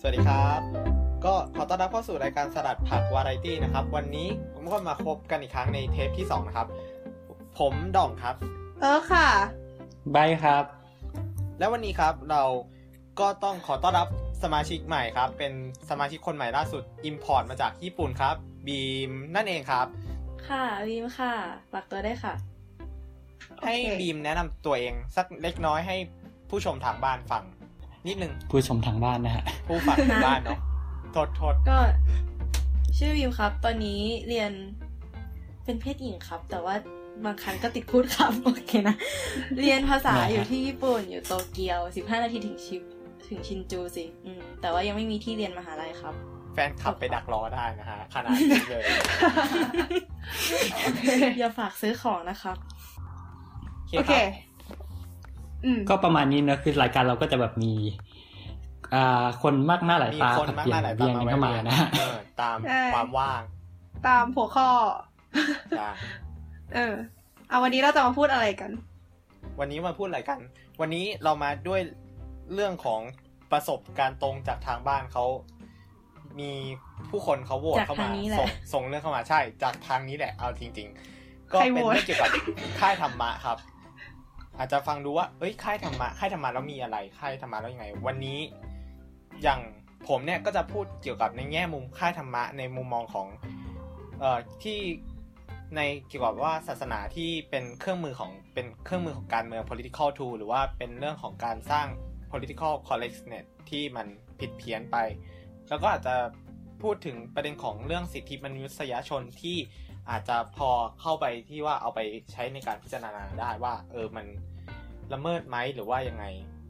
สวัสดีครับ ก็ขอต้อนรับเข้าสู่รายการสลัดผักวาไรตี้นะครับ วันนี้ผมก็มาพบกันอีกครั้งในเทปที่ 2 นะครับ ผมด่องครับ เออค่ะ บายครับ และวันนี้ครับเราก็ต้องขอต้อนรับสมาชิกใหม่ครับ เป็นสมาชิกคนใหม่ล่าสุด Import มาจากญี่ปุ่นครับ บีมนั่นเองครับ ค่ะบีมค่ะฝากตัวได้วยค่ะ ให้ โอเค บีมแนะนำตัวเอง สักเล็กน้อยให้ผู้ชมทางบ้านฟัง นิดนึง ผู้ชมทางบ้านนะฮะ ผู้ฟังทางบ้านเนาะโทษโทษ ก็ ชื่อบีมครับ ตอนนี้เรียนเป็นเพศหญิงครับ แต่ว่าบางครั้งก็ติดพูดครับโอเคนะ เรียนภาษา ได้ครับ อยู่ที่ญี่ปุ่นอยู่โตเกียว 15 นาทีถึงชิปถึงชินจูสิอืมแต่ว่ายังไม่มีที่เรียนมหาลัย ครับ แฟนขับไปดักรอได้นะฮะขนาดนี้เลย อย่าฝากซื้อของนะครับ โอเค อืม ก็ประมาณนี้เนอะคือรายการเราก็จะแบบมีอ่าคนมากหน้าหลาย มี ตา คน สับ มาก เปหลี่ย ลาน ยหลาย เวียนกันเข้ามานะฮะ เออตาม ใช่ ความว่าง ตามหัวข้อ จ้ะ เออ เอาวันนี้เราจะมาพูดอะไรกัน วันนี้มาพูดอะไรกัน วันนี้เรามาด้วยเรื่องของประสบการณ์ตรงจากทางบ้านเขา มีผู้คนเขาโหวต จาก เข้ามา ทางนี้แหละ ส่งส่งเรื่องเข้ามาใช่ จากทางนี้แหละ เอาจริง ๆ ก็ ใคร เป็น โหวต เรื่องเกี่ยวกับค่ายธรรมะครับ อาจจะฟังดูว่าเอ้ยค่ายธรรมะค่ายธรรมะแล้วมีอะไรค่ายธรรมะแล้วยังไง วันนี้อย่างผมเนี่ยก็จะพูดเกี่ยวกับในแง่มุมค่ายธรรมะในมุมมองของเอ่อที่ในเกี่ยวกับว่าศาสนาที่เป็นเครื่องมือของเป็นเครื่องมือของการเมือง political tool หรือว่าเป็นเรื่องของการสร้าง political correctness ที่มันผิดเพี้ยนไป แล้วก็อาจจะพูดถึงประเด็นของเรื่องสิทธิมนุษยชนที่อาจจะพอเข้าไปที่ว่าเอาไปใช้ในการพิจารณาได้ว่า เออมันละเมิดไหมหรือว่ายังไง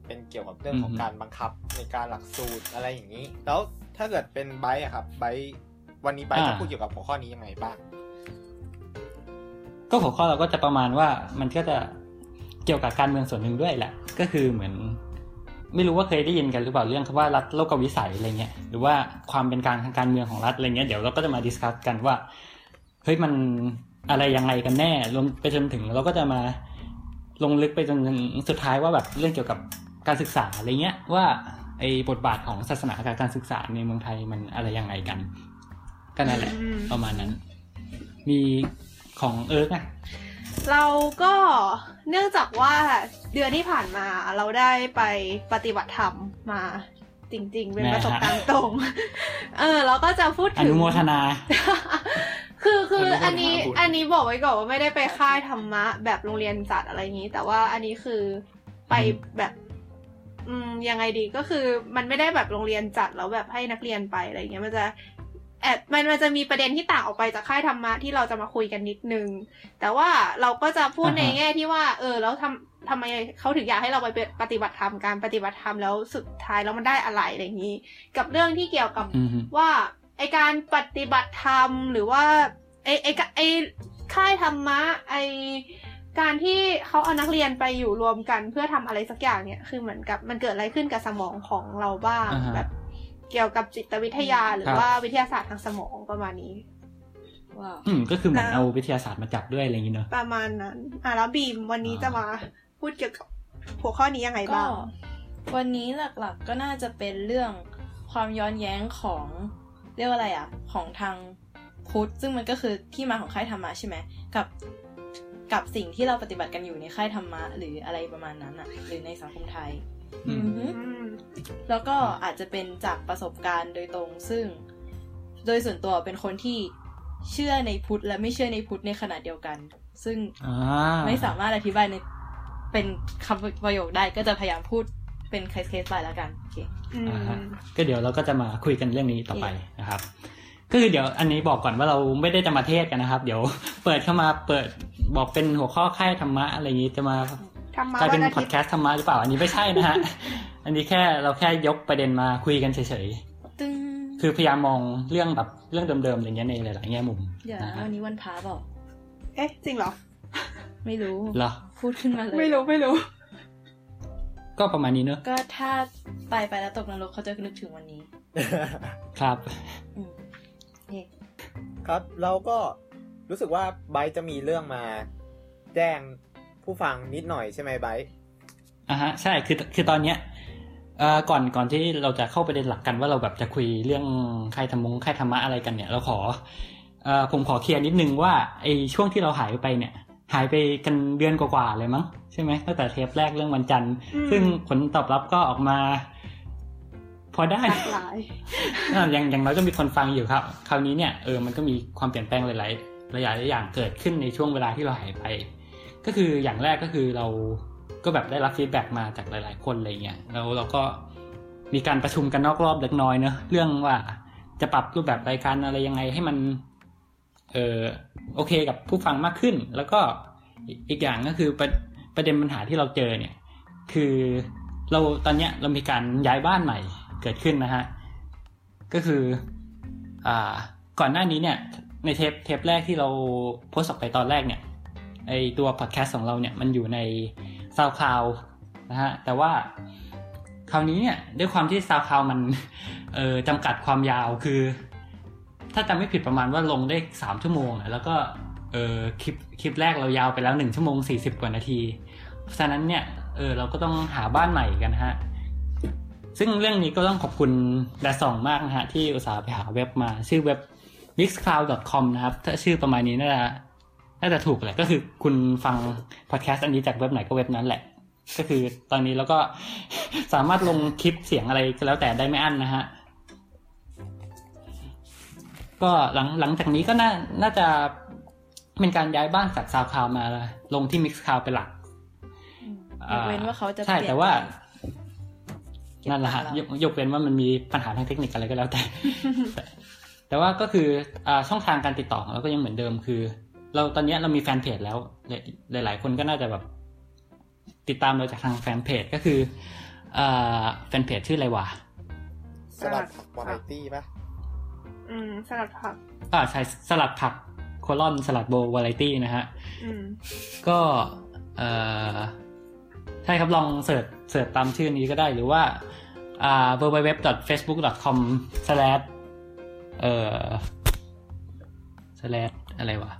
เป็นเกี่ยวกับเรื่องของ อือฮึ การบังคับในการหลักสูตรอะไรอย่างนี้ แล้วถ้าเกิดเป็นไบร์ทอะครับไบร์ทวันนี้ไบร์ทจะพูดเกี่ยวกับหัวข้อนี้ยังไงบ้าง ก็หัวข้อเราก็จะประมาณว่ามันก็จะเกี่ยวกับการเมืองส่วนหนึ่งด้วยแหละ ก็คือเหมือน ไม่รู้ว่าเคยได้ยินกันหรือเปล่าเรื่องคำว่ารัฐโลกวิสัยอะไรเงี้ยหรือว่าความเป็นกลางทางการเมืองของรัฐอะไรเงี้ยเดี๋ยวเราก็จะมาดิสคัสกันว่าเฮ้ยมันอะไรยังไงกันแน่รวมไปจนถึงเราก็จะมาลงลึกไปจนถึงสุดท้ายว่าแบบเรื่องเกี่ยวกับการศึกษาอะไรเงี้ยว่าไอ้บทบาทของศาสนากับการศึกษาในเมืองไทยมันอะไรยังไงกันก็นั่นแหละ อืม ประมาณนั้น มีของเอิร์กอะ เราก็เนื่องจากว่าเดือนที่ผ่านมาเราได้ไปปฏิบัติธรรมมาจริง ๆ เป็นประสบการณ์ตรง เออเราก็จะพูด อ ถึง นุโมทนา คือคือ อนุโมทนา อันนี้ บุญ อันนี้บอกไว้ก่อนว่าไม่ได้ไปค่ายธรรมะ แบบโรงเรียนจัดอะไรอย่างนี้ แต่ว่าอันนี้คือไปแบบ อืมยังไงดีก็คือมันไม่ได้แบบโรงเรียนจัดแล้วแบบให้นักเรียนไปอะไรอย่างเงี้ยมันจะแอบมันมันจะมีประเด็นที่ต่างออกไปจากค่ายธรรมะที่เราจะมาคุยกันนิดนึง แต่ว่าเราก็จะพูดใน อ่าฮะ แง่ที่ว่า เออ แล้วทำทำไมเขาถึงอยากให้เราไปปฏิบัติธรรมการปฏิบัติธรรมแล้วสุดท้ายแล้วมันได้อะไรอะไรอย่างนี้ กับเรื่องที่เกี่ยวกับ อืมฮึ ว่าไอการปฏิบัติธรรมหรือว่าไอไอกะไอค่ายธรรมะไอการที่เขาเอานักเรียนไปอยู่รวมกันเพื่อทำอะไรสักอย่างเนี่ยคือเหมือนกับมันเกิดอะไรขึ้นกับสมองของเราบ้าง อ่าฮะ แบบเกี่ยวกับจิตวิทยาหรื ค อ รับ ว่าวิทยาศาสตร์ทางสมองประมาณนี้ ว้าว อืมก็คือเหมือน แล้ว เอาวิทยาศาสตร์มาจับด้วยอะไรอย่างงี้เนอะ ประมาณนั้นอ่ะแล้วบีมวันนี้ อ่า จะมาพูดเกี่ยวกับหัวข้อนี้ยังไง ก็ บ้าง วันนี้หลักๆก็น่าจะเป็นเรื่องความย้อนแย้งของ เรียกว่าอะไรอะของทางพุทธซึ่งมันก็คือที่มาของค่ายธรรมะใช่ไหมกับ กับสิ่งที่เราปฏิบัติกันอยู่ในค่ายธรรมะ หรืออะไรประมาณนั้นอะหรือในสังคมไทย อืม อือฮึ อืม แล้วก็อาจจะเป็นจากประสบการณ์โดยตรงซึ่ง โดยส่วนตัวเป็นคนที่เชื่อในพุทธและไม่เชื่อในพุทธในขณะเดียวกัน ซึ่ง อ่า ไม่สามารถอธิบายในเป็นคำประโยคได้ก็จะพยายามพูดเป็นเคสเคสไปแล้วกันโอเค อื อ่าม ฮะก็เดี๋ยวเราก็จะมาคุยกันเรื่องนี้ต่อไปนะครับ ก็คือเดี๋ยวอันนี้บอกก่อนว่าเราไม่ได้จะมาเทศกันนะครับ เดี๋ยว เปิดเข้ามาเปิดบอกเป็นหัวข้อค่ายธรรมะอะไรอย่างงี้จะมา ธรรมะ กลาย วั เป็น น อา พอ ทิต ด ย์ แคสต์ธรรมะหรือเปล่า อันนี้ไม่ใช่นะฮะ อันนี้แค่เราแค่ยกประเด็นมาคุยกันเฉย ตึง ๆ คือพยายามมองเรื่องแบบเรื่องเดิมๆอะไรเงี้ยในหลายๆแง่มุม เดี๋ยว นะ นะ ฮะ วันนี้วันพระบอก เอ๊ะจริงเหรอ ไม่รู้ เหรอ พูดขึ้นมาเลย ไม่รู้ไม่รู้ ก็ประมาณนี้เนอะ ก็ถ้าไปไปแล้วตกนรกเขาจะนึกถึงวันนี้ ครับ อืมโอเค ครับเราก็รู้สึกว่าไบร์ทจะมีเรื่องมาแจ้งผู้ฟังนิดหน่อยใช่ไหมไบร์ท อ่ะฮะใช่คือคือตอนเนี้ย เอ่อก่อนก่อนที่เราจะเข้าประเด็นหลักกันว่าเราแบบจะคุยเรื่องค่ายธรรมงค่ายธรรมะอะไรกันเนี่ย เราขอเอ่อผมขอเคลียร์นิดนึงว่าไอช่วงที่เราหายไปเนี่ย หายไปกันเดือนกว่าๆเลยมั้งใช่ไหมตั้งแต่เทปแรกเรื่องวันจันทร์ อืม ซึ่งผลตอบรับก็ออกมา พอได้ หลากหลาย อ่ะอย่างอย่างน้อยก็มีคนฟังอยู่ครับ คราวนี้เนี่ยเออมันก็มีความเปลี่ยนแปลงหลายๆหลายๆอย่างเกิดขึ้นในช่วงเวลาที่เราหายไป ก็คืออย่างแรกก็คือเราก็แบบได้รับฟีดแบ็กมาจากหลาย ๆ คนอะไรเงี้ยแล้วเราก็มีการประชุมกันนอกรอบเล็กน้อยเนอะเรื่องว่าจะปรับรูปแบบรายการอะไรยังไงให้มันเออโอเคกับผู้ฟังมากขึ้น แล้วก็อีกอีกอย่างก็คือประประเด็นปัญหาที่เราเจอเนี่ย คือเราตอนเนี้ยเรามีการย้ายบ้านใหม่เกิดขึ้นนะฮะ ก็คืออ่าก่อนหน้านี้เนี่ย ในเทปเทปแรกที่เราโพสต์ออกไปตอนแรกเนี่ยไอตัวพอดแคสต์ของเราเนี่ยมันอยู่ใน SoundCloud นะฮะแต่ว่าคราวนี้เนี่ยด้วยความที่ SoundCloud มัน เออจำกัดความยาวคือ ถ้าจำไม่ผิดประมาณว่าลงได้ 3 ชั่วโมงอะแล้วก็เออคลิปคลิปแรกเรายาวไปแล้ว 1 ชั่วโมง 40 กว่านาที เพราะฉะนั้นเนี่ยเออเราก็ต้องหาบ้านใหม่กันนะฮะ ซึ่งเรื่องนี้ก็ต้องขอบคุณดาสองมากนะฮะ ที่อุตส่าห์ไปหาเว็บมา ชื่อเว็บ mixcloud.com นะครับ ถ้าชื่อประมาณนี้น่าจะน่าจะถูกแหละก็คือคุณฟังพอดแคสต์อันนี้จากเว็บไหนก็เว็บนั้นแหละ ก็คือตอนนี้เราก็ สามารถลงคลิปเสียงอะไรก็แล้วแต่ได้ไม่อั้นนะฮะ ก็หลังหลังจากนี้ก็น่าน่าจะเป็นการย้ายบ้านจากซาวคลาวมาลงที่ Mixcloud เป็นหลัก ยกเว้นว่าเขาจะ ใช่ เปลี่ยน แต่ว่า เก็บ นั่นแหละฮะ ตังค์ ย เรา กยกเว้นว่ามันมีปัญหาทางเทคนิคอะไรก็แล้วแต่ แต่แต่ว่าก็คืออาช่องทางการติดต่อของเราก็ยังเหมือนเดิมคือ เราตอนเนี้ยเรามีแฟนเพจแล้วหลายหลาย ๆ คนก็น่าจะแบบ ติดตามเราจากทางแฟนเพจก็คืออาแฟนเพจชื่ออะไรวะ สลัดผักวาไรตี้ปะ อืมสลัดผัก อ่าใช่สลัดผักโคลอนสลัดโบวาไรตี้นะฮะ อืม ก็เออใช่ครับลองเสิร์ชเสิร์ชตามชื่อนี้ก็ได้หรือว่าอ่า www.facebook.com slash เอ่อ slash อะไรวะ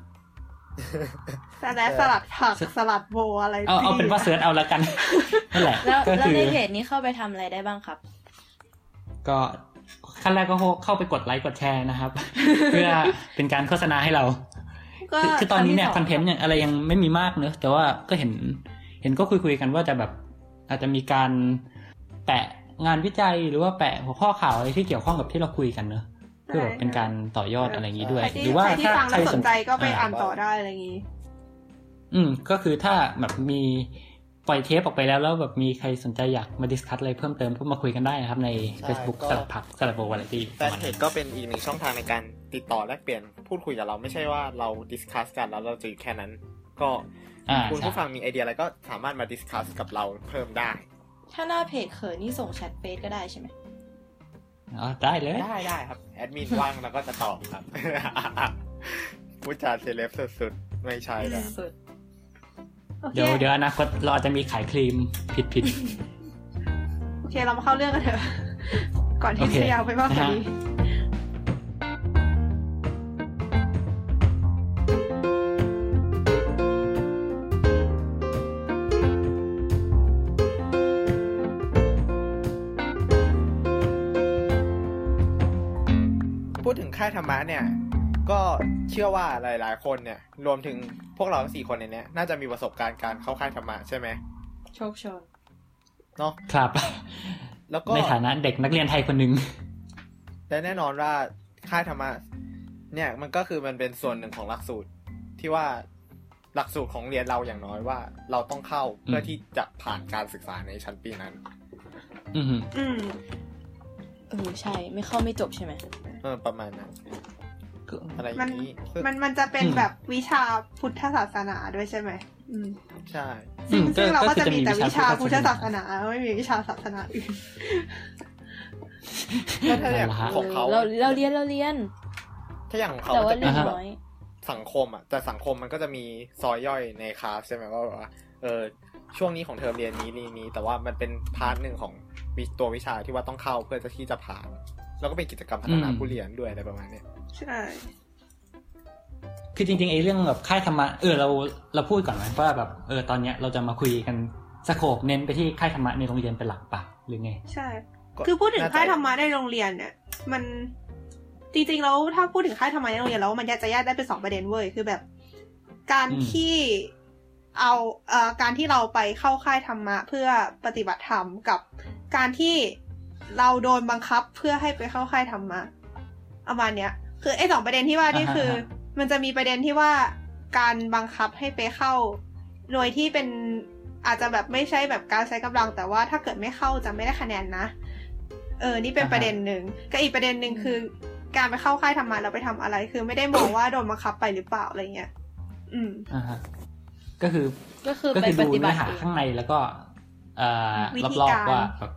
สลัดสลัดผักสลัดโบอะไร เอาเอาเป็นว่าเสิร์ชเอาละกัน นั่นแหละ แล้ว ก็ แล้ว คือ ในเพจนี้เข้าไปทำอะไรได้บ้างครับ ก็ขั้นแรกก็เข้าไปกดไลค์กดแชร์ นะครับ เพื่อเป็นการโฆษณาให้เรา ก็ คือคือตอนนี้เนี่ย ค ค รั้ อง น ที่สอเทน ง ต์เนี่ยอะไรยังไม่มีมากเนอะแต่ว่าก็เห็นเห็นก็คุยคุยๆกันว่าจะแบบอาจจะมีการแปะงานวิจัยหรือว่าแปะหัวข้อข่าวอะไรที่เกี่ยวข้องกับที่เราคุยกันเนอะเพื่อแบบเป็นการต่อยอดอะไรอย่างนี้ด้วย ใครที่ หรือว่า ใครที่ ถ้า ฟัง ใคร แล้วสนใจก็ไป อ่า อ่านต่อได้อะไรอย่างนี้ อืมก็คือถ้าแบบมีปล่อยเทปออกไปแล้วแล้วแบบมีใครสนใจอยากมาดิสคัตอะไรเพิ่มเติมก็มาคุยกันได้นะครับ ใน Facebook สลับผักสลับโบวาไรตี้ แฟนเพจก็เป็นอีกหนึ่งช่องทางในการติดต่อแลกเปลี่ยนพูดคุยกับเราไม่ใช่ว่าเราดิสคัสกันแล้วเราจะอยู่แค่นั้น ก็ อ่า คุณ ใช่ ผู้ฟังมีไอเดียอะไรก็สามารถมาดิสคัสกับเราเพิ่มได้ ถ้าหน้าเพจเขินนี่ส่งแชทเฟซก็ได้ใช่ไหม อ๋อได้เลย ได้ได้ครับ แอดมินว่างแล้วก็จะตอบครับ ผู้จัดเซเลบสุดๆ ไม่ใช่นะ สุด โอเค เดี๋ยวเดี๋ยวอนาคตเราอาจจะมีขายครีมผิดผิดๆ โอเคเรามาเข้าเรื่องกันเถอะ ก่อนที่ โอเค จะยาวไปมากกว่านี้ พูดถึงค่ายธรรมะเนี่ย ก็เชื่อว่าหลายๆ คนเนี่ย รวมถึงพวกเราทั้งสี่คนในเนี้ยน่าจะมีประสบการณ์การเข้าค่ายธรรมะใช่ไหม โชคชน เนาะ ครับ แล้วก็ ในฐานะเด็กนักเรียนไทยคนหนึ่ง และแน่นอนว่าค่ายธรรมะเนี่ยมันก็คือมันเป็นส่วนหนึ่งของหลักสูตร ที่ว่าหลักสูตรของเรียนเราอย่างน้อยว่า เราต้องเข้าเพื่ออ ม ที่จะผ่านการศึกษาในชั้นปีนั้น อือหือ อืม เออใช่ ไม่เข้าไม่จบใช่ไหม เออประมาณนั้น ก็ อะไรอย่างนี้ซึ่ง มันมันจะเป็นแบบวิชาพุทธศาสนาด้วยใช่ไหมอืม ใช่ อื ซึ่ง ม ซึ่งเราก็ คือ จะมีแต่วิชาพุทธศาส นา นา ไม่มีวิชาศาสนาอื่น ก็ถ้าอย่าง นั่นแหละฮะ ของเขา เราเราเรียนเราเรียน ถ้าอย่างของเขา แต่ มันจะเป็นว่าเรียน แบบ น้อย สังคมอ่ะแต่สังคมมันก็จะมีซอยย่อยในคลาสใช่ไหมว่าแบบว่าเออช่วงนี้ของเทอมเรียนนี้นี้นี้ แต่ว่ามันเป็นพาร์ทหนึ่งของวิตัววิชาที่ว่าต้องเข้าเพื่อจะที่จะผ่าน แล้วก็เป็นกิจกรรมพัฒนา อืม ผู้เรียนด้วยอะไรประมาณเนี้ย ใช่ คือจริงๆไอ้เรื่องแบบค่ายธรรมะเออเราเราพูดก่อนไหมว่าแบบเออตอนเนี้ยเราจะมาคุยกันสโคปเน้นไปที่ค่ายธรรมะในโรงเรียนเป็นหลักปะ หรือไง ใช่ ก็ คือพูดถึง น่จะ ค่ายธรรมะในโรงเรียนเนี่ยมันจริงๆแล้วถ้าพูดถึงค่ายธรรมะในโรงเรียนแล้วมันแยกจะแยกได้เป็นสองประเด็นเว้ยคือแบบ การ อืม ที่เอาเอ่อการที่เราไปเข้าค่ายธรรมะเพื่อปฏิบัติธรรมกับการที่เราโดนบังคับเพื่อให้ไปเข้าค่ายธรรมะประมาณเนี้ย คือไอ้สองประเด็นที่ว่านี่คือ มันจะมีประเด็นที่ว่าการบังคับให้ไปเข้า โดยที่เป็นอาจจะแบบไม่ใช่แบบการใช้กำลัง แต่ว่าถ้าเกิดไม่เข้าจะไม่ได้คะแนนนะ เออ นี่เป็น อ่าฮะ ประเด็นหนึ่งกับอีกประเด็นหนึ่งคือ การไปเข้าค่ายธรรมะเราไปทำอะไร คือไม่ได้มองว่าโดนบังคับไปหรือเปล่าอะไรเงี้ย อืม อ่าฮะก็คือ ก็คือ ก็ ไป คือ ป ดู ฏิบั เนื้ ติ อหา เอง ข้างในแล้วก็เอ่อ วิธี รอบ การ ๆว่าแบบ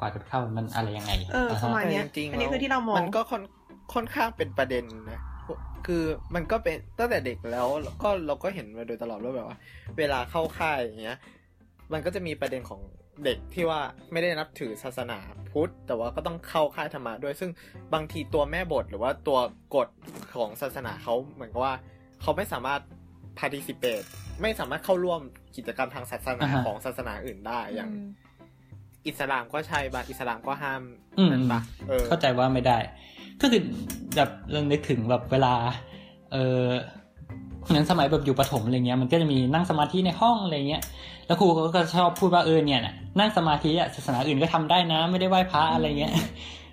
กว่าจะเข้ามันอะไรยังไง เออ อ่า ประ ฮะ มาณเนี้ย แต่จริงๆ อันนี้ แล้ว คือที่เรามอง มันก็ค่อนค่อนข้างเป็นประเด็นนะคือมันก็เป็นตั้งแต่เด็กแล้วก็เราก็เห็นมาโดยตลอดว่าแบบว่า เวลาเข้าค่ายอย่างเงี้ย มันก็จะมีประเด็นของเด็กที่ว่าไม่ได้นับถือศาสนาพุทธ แต่ว่าก็ต้องเข้าค่ายธรรมะด้วยซึ่งบางทีตัวแม่บทหรือว่าตัวกฎของศาสนาเขาเหมือนกับว่า เขาไม่สามารถ participate ไม่สามารถเข้าร่วมกิจกรรมทางศาสนา อ่าฮะ ของศาสนาอื่นได้อย่าง อืม อิสลามก็ใช่บางอิสลามก็ห้าม อืม นั่นปะเออ เข้าใจว่าไม่ได้ ก็คือแบบเรื่องนึกถึงแบบเวลา เออเหมือนสมัยแบบอยู่ประถมอะไรเงี้ย มันก็จะมีนั่งสมาธิในห้องอะไรเงี้ย แล้วครูเขาก็ชอบพูดว่าเออเนี่ยน่ะนั่งสมาธิอะศาสนาอื่นก็ทำได้นะ ไม่ได้ไหว้พระอะไรเงี้ย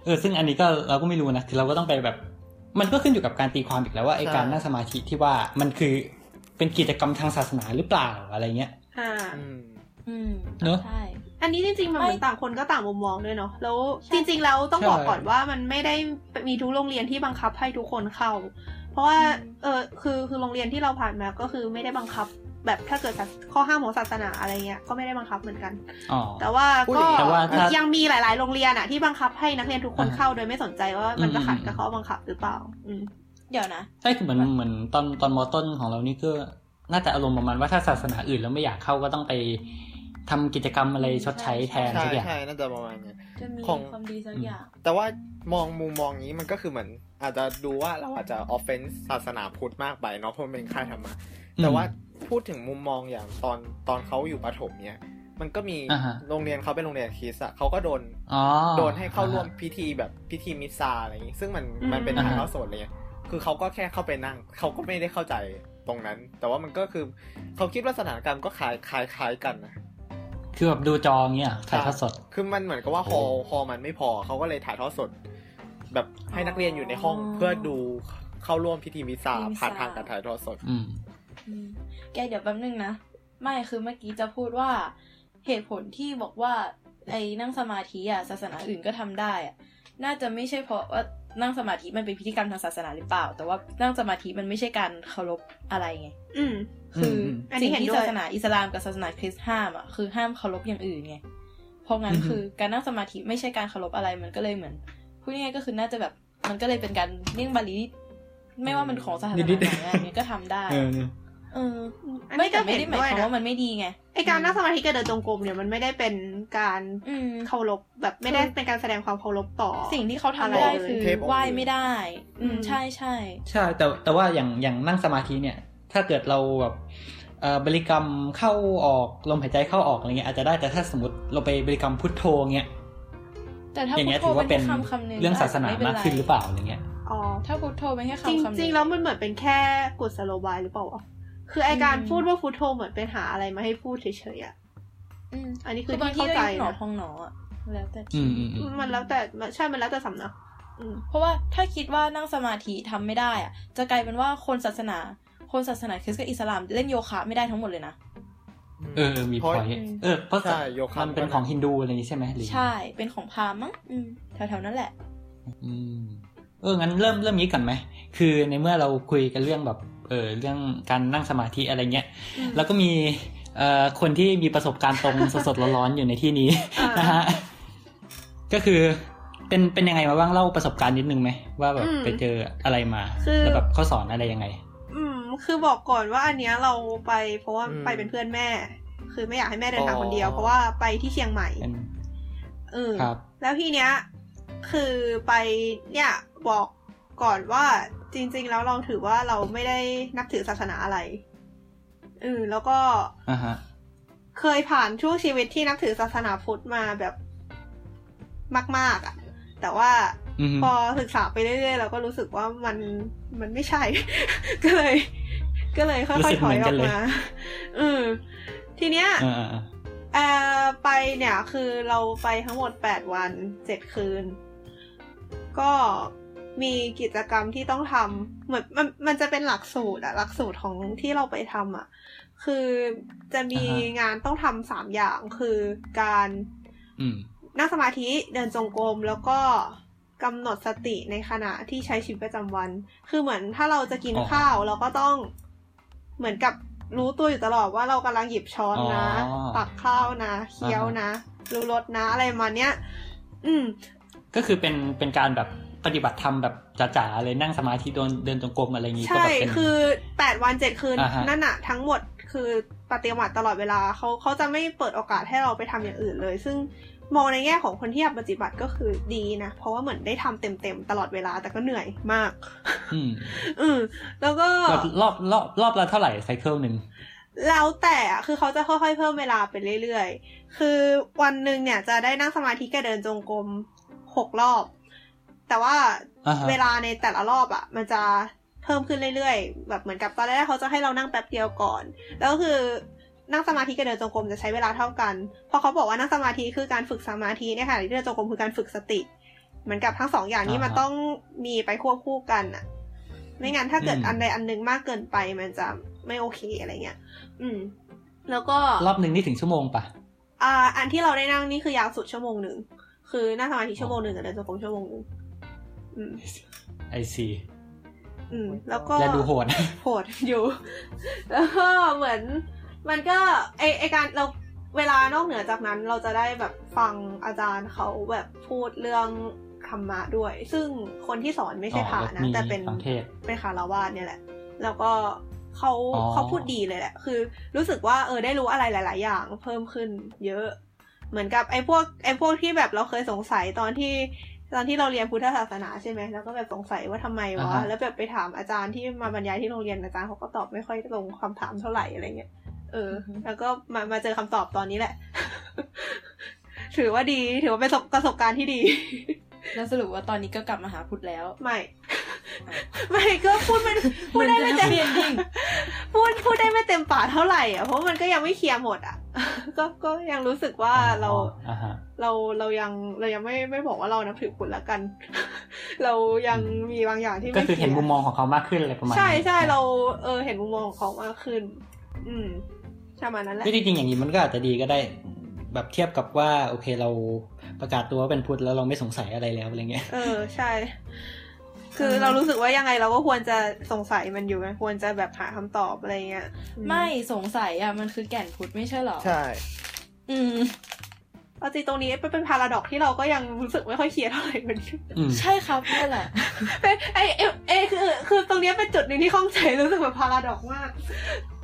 เออ ซึ่งอันนี้ก็เราก็ไม่รู้นะ คือเราก็ต้องไปแบบ มันก็ขึ้นอยู่กับการตีความอีกแล้วว่าไอ ใช่ การนั่งสมาธิที่ว่ามันคือเป็นกิจกรรมทางศาสนาหรือเปล่าอะไรเงี้ย อ่า อืม อืม เนอะ ใช่ อันนี้จริงๆมัน ไม่ เหมือนต่างคนก็ต่างมุมมองด้วยเนาะแล้ว ใช่ จริง ๆ แล้วต้อง ใช่ บอกก่อนว่ามันไม่ได้มีทุกโรงเรียนที่บังคับให้ทุกคนเข้า เพราะว่าเออคือคือโรงเรียนที่เราผ่านมาก็คือไม่ได้บังคับ แบบถ้าเกิดศาสข้อห้ามของศาสนาอะไรเงี้ยก็ไม่ได้บังคับเหมือนกัน อ๋อ แต่ว่า พูด ก็ อย่างนี้ แต่ว่าถ้ายั ยังมีหลายๆ โรงเรียนอะที่บังคับให้นักเรียนทุกคน อ่า เข้าโดยไม่สนใจว่ามันจะขัด อืม กับข้อบังคับหรือเปล่า อืม เดี๋ยวนะ ใช่คือเหมือนเหมือนตอนตอนมอต้นของเรานี่ก็น่าจะอารมณ์ประมาณว่าถ้าศาสนาอื่นแล้วไม่อยากเข้าก็ต้องไปทำกิจกรรมอะไรชดใช้แทน ใช่ สักอย่าง ใช่น่าจะประมาณเนี้ย จะมี ของ ความดีสักอย่าง แต่ว่ามองมุมมองนี้มันก็คือเหมือน อาจจะดูว่าเราอาจจะ offense ศาสนาพุทธมากไปเนาะเพราะมันเป็นค่ายธรรมะ อืม แต่ว่าพูดถึงมุมมองอย่างตอนตอนเขาอยู่ประถมเนี่ย มันก็มี อ่าฮะ โรงเรียนเขาเป็นโรงเรียนคริสต์อะเขาก็โดน อ๋อ โดนให้เข้าร่วมพิธีแบบพิธีมิสซาอะไรอย่างงี้ ซึ่งมัน อืม มันเป็น อ่า ทา ฮะ งเข้าโสดอะไรเงี้ยคือเขาก็แค่เข้าไปนั่ง เขาก็ไม่ได้เข้าใจตรงนั้น แต่ว่ามันก็คือเขาคิดว่าสถานการณ์ก็คล้ายคล้ายคล้ายกันนะ คือแบบดูจอเงี้ยถ่ายทอดสด คือมันเหมือนกับว่าฮ โอ้ อลฮอลมันไม่พอ เขาก็เลยถ่ายทอดสด แบบให้นักเรียนอยู่ในห้อง อ๋อ เพื่อดูเข้าร่วมพิธีมิสซา พิธีมิสซา ผ่านทางการถ่ายทอดสด อืม อืมแกเดี๋ยวแป๊บนึงนะ ไม่คือเมื่อกี้จะพูดว่า เหตุผลที่บอกว่า ไอ้นั่งสมาธิอ่ะศาสนาอื่นก็ทำได้อ่ะน่าจะไม่ใช่เพราะว่านั่งสมาธิมันเป็นพิธีกรรมทางศาสนาหรือเปล่า แต่ว่านั่งสมาธิมันไม่ใช่การเคารพอะไรไง อืม คืออ ม อันนี้ สิ่ง เห็น ที่ ด้วย ศาสนาอิสลามกับศาสนาคริสต์ห้ามอ่ะคือห้ามเคารพอย่างอื่นไงเพราะงั้นคือการนั่งสมาธิไม่ใช่การเคารพอะไรมันก็เลยเหมือนพูดง่ายๆก็คือน่าจะแบบมันก็เลยเป็นการเลี่ยงบาลีนิดไม่ว่ามันของศาสนา นิดๆ ไหนอะไรเงี้ยก็ทำได้ เออเนี่ย เออ อัน ไม่ นี้ก็ แต่ไม่ เห็น ได้หมาย ด้ความวยนะ ว่ามันไม่ดีไง ไอการนั่งสมาธิกับเดินจงกรมเนี่ยมันไม่ได้เป็นการ อืม เคารพแบบไม่ได้เป็นการแสดงความเคารพต่อ สิ่งที่เขาทำ อะไร ได้ เลย คือ เทพองค์ ไหว้ อื่น ไม่ได้ อื อื ม ม ใช่ใช่ ใช่แต่แต่ว่าอย่างอย่างนั่งสมาธิเนี่ย ถ้าเกิดเราแบบเอ่อบริกรรมเข้าออกลมหายใจเข้าออกอะไรเงี้ยอาจจะได้แต่ถ้าสมมติเราไปบริกรรมพุทโธเงี้ย แต่ถ้า อย่าง พุท เงี้ย โธ ถือว่า เป็ เป็น น แค่คำคำหนึ่ง เรื่องศาสนา ก็จจะ มาก ไป็ ขึ้นหรือเปล่าอะไรเงี้ย อ๋อ ถ้าพุทโธเป็นแค่ จริง คำคำห จ นึ่ ริงๆแล้วมันเหมือนเป็นแค่กุศโลบายหรือเปล่าวะคือไอการพูดว่าฟุตโธเหมือนเป็นหาอะไรมาให้พูดเฉยๆอะ อืม อันนี้คื คือ อ ที่ บางที เข้า ก็ ใจ ยังหนอ นะ พองหนออะแล้วแต่ อื ที่ มอืมอืม มันแล้วแต่มันใช่ มันแล้วแต่สำนักอืม เพราะว่าถ้าคิดว่านั่งสมาธิทำไม่ได้อ่ะ จะกลายเป็นว่าคนศาสนา คนศาสนาคริสต์กับอิสลามเล่นโยคะไม่ได้ทั้งหมดเลยนะ เออเออมีพ เพราะ อยต์เออเพราะ ใช่โยคะ มันเป็นของฮินดูอะไรอย่างงี้ใช่ไหมหรือ ใช่ เป็นของพราหมณ์มั้งอืมแถวๆนั้นแหละ อืมเอองั้นเริ่มเริ่มนี้ก่อนไหมคือในเมื่อเราคุยกันเรื่องแบบเออเรื่องการนั่งสมาธิอะไรเงี้ย อืม แล้วก็มีเอ่อคนที่มีประสบการณ์ตรง สดๆร้อนๆอยู่ในที่นี้ อ่าน นะฮะก็คือเป็นเป็นยังไงมาบ้างเล่าประสบการณ์นิดนึงไหมว่าแบบไปเจออะไรมา คือ แล้วแบบเขาสอนอะไรยังไง อืม คือบอกก่อนว่าอันเนี้ยเราไปเพราะว่า อืม ไปเป็นเพื่อนแม่ คือไม่อยากให้แม่เดินทาง อ๋อ คนเดียว เพราะว่าไปที่เชียงใหม่ เป็น เออ ครับ แล้วทีเนี้ย คือไปเนี่ยบอกก่อนว่าจริง ๆ แล้วเราถือว่าเราไม่ได้นับถือศาสนาอะไรเออแล้วก็ อ่าฮะ เคยผ่านช่วงชีวิตที่นับถือศาสนาพุทธมาแบบ มาก ๆอะแต่ว่า อืม พอศึกษาไปเรื่อยๆเราก็รู้สึกว่ามันมันไม่ ใช่ ก็เลย ก็เลยค่อยๆถอยออกมาอืมทีเนี้ย อ่าอ่าอ่า เออไปเนี่ยคือเราไปทั้งหมด 8 วัน 7 คืน ก็มีกิจกรรมที่ต้องทำเหมือนมันมันจะเป็นหลักสูตรอะหลักสูตรของที่เราไปทำอะคือจะมีงานต้องทำสามอย่างคือการ อืม นั่งสมาธิเดินจงกรมแล้วก็กำหนดสติในขณะที่ใช้ชีวิตประจำวัน คือเหมือนถ้าเราจะกินข้าวเราก็ต้องเหมือนกับรู้ตัวอยู่ตลอดว่าเรากำลังหยิบช้อนนะ อ๋อ ตักข้าวนะเคี้ยวนะรู้รสนะอะไรประมาณเนี้ย อืม ก็คือเป็นเป็นการแบบปฏิบัติธรรมแบบจ๋าๆเลยนั่งสมาธิเดินเดินจงกรมอะไรอย่างงี้ก็ ใช่ แบบเป็น คือแปดวันเจ็ดคืน อ่าฮะ นั่นอะทั้งหมดคือปฏิบัติตลอดเวลาเขาเขาจะไม่เปิดโอกาสให้เราไปทำอย่างอื่นเลย ซึ่งมองในแง่ของคนที่อยากปฏิบัติก็คือดีนะ เพราะว่าเหมือนได้ทำเต็มๆตลอดเวลาแต่ก็เหนื่อยมาก ม อืมแล้วก็ แบบรอบรอบรอบละเท่าไหร่ไซเคิลหนึ่ง แล้วแต่อะคือเขาจะค่อยๆ เพิ่มเวลาไปเรื่อยๆ คือวันหนึ่งเนี่ยจะได้นั่งสมาธิกับเดินจงกรมหกรอบ แต่ว่า อ่าฮะ เวลาในแต่ละรอบอะมันจะเพิ่มขึ้นเรื่อยๆ แบบเหมือนกับตอนแรกเขาจะให้เรานั่งแป๊บเดียวก่อน แล้วก็คือนั่งสมาธิกับเดินจงกรมจะใช้เวลาเท่ากัน เพราะเขาบอกว่านั่งสมาธิคือการฝึกสมาธิเนี่ยค่ะเดินจงกรมคือการฝึกสติ เหมือนกับทั้งสองอย่างนี้มันต้องมีไปควบคู่กันอะไม่งั้นถ้าเกิดอันใดอันหนึ่งมากเกินไปมันจะไม่โอเคอะไรเงี้ย อืม แล้วก็ รอบหนึ่งนี่ถึงชั่วโมงปะ อ่าอันที่เราได้นั่งนี่คือยาวสุดชั่วโมงหนึ่ง คือนั่งสมาธิชั่วโมงหนึ่งกับเดินจงกรมชั่วโมงหนึ่งอืม ไอซี อืม แล้วก็ อย่าดูโหด โหดอยู่ แล้วก็เหมือน มันก็ไอไอการเราเวลานอกเหนือจากนั้น เราจะได้แบบฟังอาจารย์เขาแบบพูดเรื่องธรรมะด้วย ซึ่งคนที่สอนไม่ใช่พระ อ๋อแบบ นะ มี แต่เป็น ฟังเทศน์ เป็นคารวาสเนี่ยแหละ แล้วก็เขา อ๋อ เขาพูดดีเลยแหละ คือ รู้สึกว่าเออได้รู้อะไรหลาย ๆ อย่างเพิ่มขึ้น เยอะ เหมือนกับไอ้พวกไอ้พวกที่แบบเราเคยสงสัยตอนที่ ตอนที่เราเรียนพุทธศาสนาใช่ไหมแล้วก็แบบสงสัยว่าทำไม อ่าว ะ ฮะ แล้วแบบไปถามอาจารย์ที่มาบรรยายที่โรงเรียนอาจารย์เขาก็ตอบไม่ค่อยตรงคำถามเท่าไหร่อะไรเงี้ยเออ อือฮึ แล้วก็มามาเจอคำตอบตอนนี้แหละ ถือว่าดี ถือว่าเป็นประสบประสบการณ์ที่ ดี แล้วสรุปว่าตอนนี้ก็กลับมาหาพุทธแล้ว ไม่ ไม่ก็พูดมันพูดได้ไม่เต็ม มันจะ happy ending พูดพูดได้ไม่เต็มปากเท่าไหร่อ่ะเพราะมันก็ยังไม่เคลียร์หมดอ่ะ ก็ก็ยังรู้สึกว่าเรา อ่าฮะ เราเรายังเรายังไม่ไม่บอกว่าเรานับถือคุณละกัน เรายัง อืม มีบางอย่างที่ ก็ ไม่ คือเห็นมุมมองของเขามากขึ้นอะไรประมาณ ใช่ นั้น ใช่เราเออเห็นมุมมองของเขามากขึ้น อืมประมาณนั้นแหละ ก็จริงๆอย่างนี้มันก็อาจจะดีก็ได้ แบบเทียบกับว่า โอเคเราประกาศตัวว่าเป็นพุทธแล้วเราไม่สงสัยอะไรแล้วอะไรเงี้ย เออใช่ คือเรารู้สึกว่ายังไงเราก็ควรจะสงสัยมันอยู่มันควรจะแบบหาคำตอบอะไรเงี้ยอื ไม่สงสัยอ่ะมันคือแก่นพุทธไม่ใช่เหรอ ใช่ อืม เอาจริงตรงนี้เป็นเป็นพาราดอกที่เราก็ยังรู้สึกไม่ค่อยเคลียร์เท่าไหร่เหมือน กัน อืม ใช่ครับนี่นแหละ เป็นไอเอเอคือคือตรงเนี้ยเป็นจุดหนึ่งที่ข้องใจรู้สึกแบบพาราดอกมาก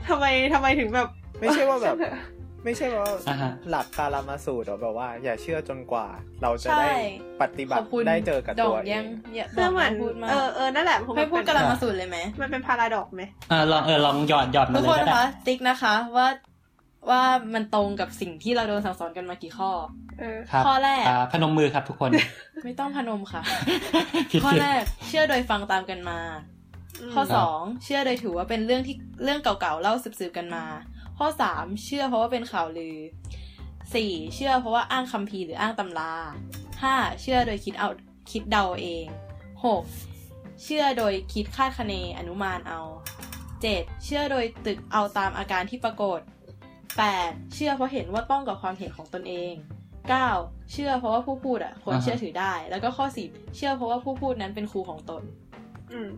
ทำไมทำไมถึงแบบ ไม่ใช่ว่าแบบ ไม่ใช่ว่า อ่าฮะ หลักการามาสูตรหรอกแบบว่า อย่าเชื่อจนกว่า เราจะ ใช่ ได้ปฏิบั ขอ ติ บคุณ ได้เจอกับ ด ตั อ ว ก เอ ยัง ง อย่า คือเหมือน ดกยังพูดมาก เออเออนั่นแหละ ไม่พูดกำลัง มั มาน เป็น สูตรเลยไหม มันเป็นพาราดอกไหม อ่าลองเออลองหยอดหยอด ทุ มาคก เลย น ก็ได้ คะติ๊กนะคะว่าว่ามันตรงกับสิ่งที่เราโดนสั่งสอนกันมากี่ข้อ เออ ครับ ข้อแรก อ่าพนมมือครับทุกคน ไม่ต้องพนมค่ะ ผิด ข้อ ผิด แรกเชื่อโดยฟังตามกันมา ข้อสองเชื่อโดยถือว่าเป็นเรื่องที่เรื่องเก่าๆเล่าสืบๆกันมา ข้อสามเชื่อเพราะว่าเป็นข่าวลือสี่เชื่อเพราะว่าอ้างคัมภีร์หรืออ้างตำราห้าเชื่อโดยคิดเอาคิดเดาเองหกเชื่อโดยคิดคาดคะเนอนุมานเอาเจ็ดเชื่อโดยตึกเอาตามอาการที่ปรากฏแปดเชื่อเพราะเห็นว่าต้องกับความเห็นของตนเองเก้าเชื่อเพราะว่าผู้พูดอ่ะควร อ่าฮะ เชื่อถือได้ แล้วก็ข้อสิบเชื่อเพราะว่าผู้พูดนั้นเป็นครูของตน อืม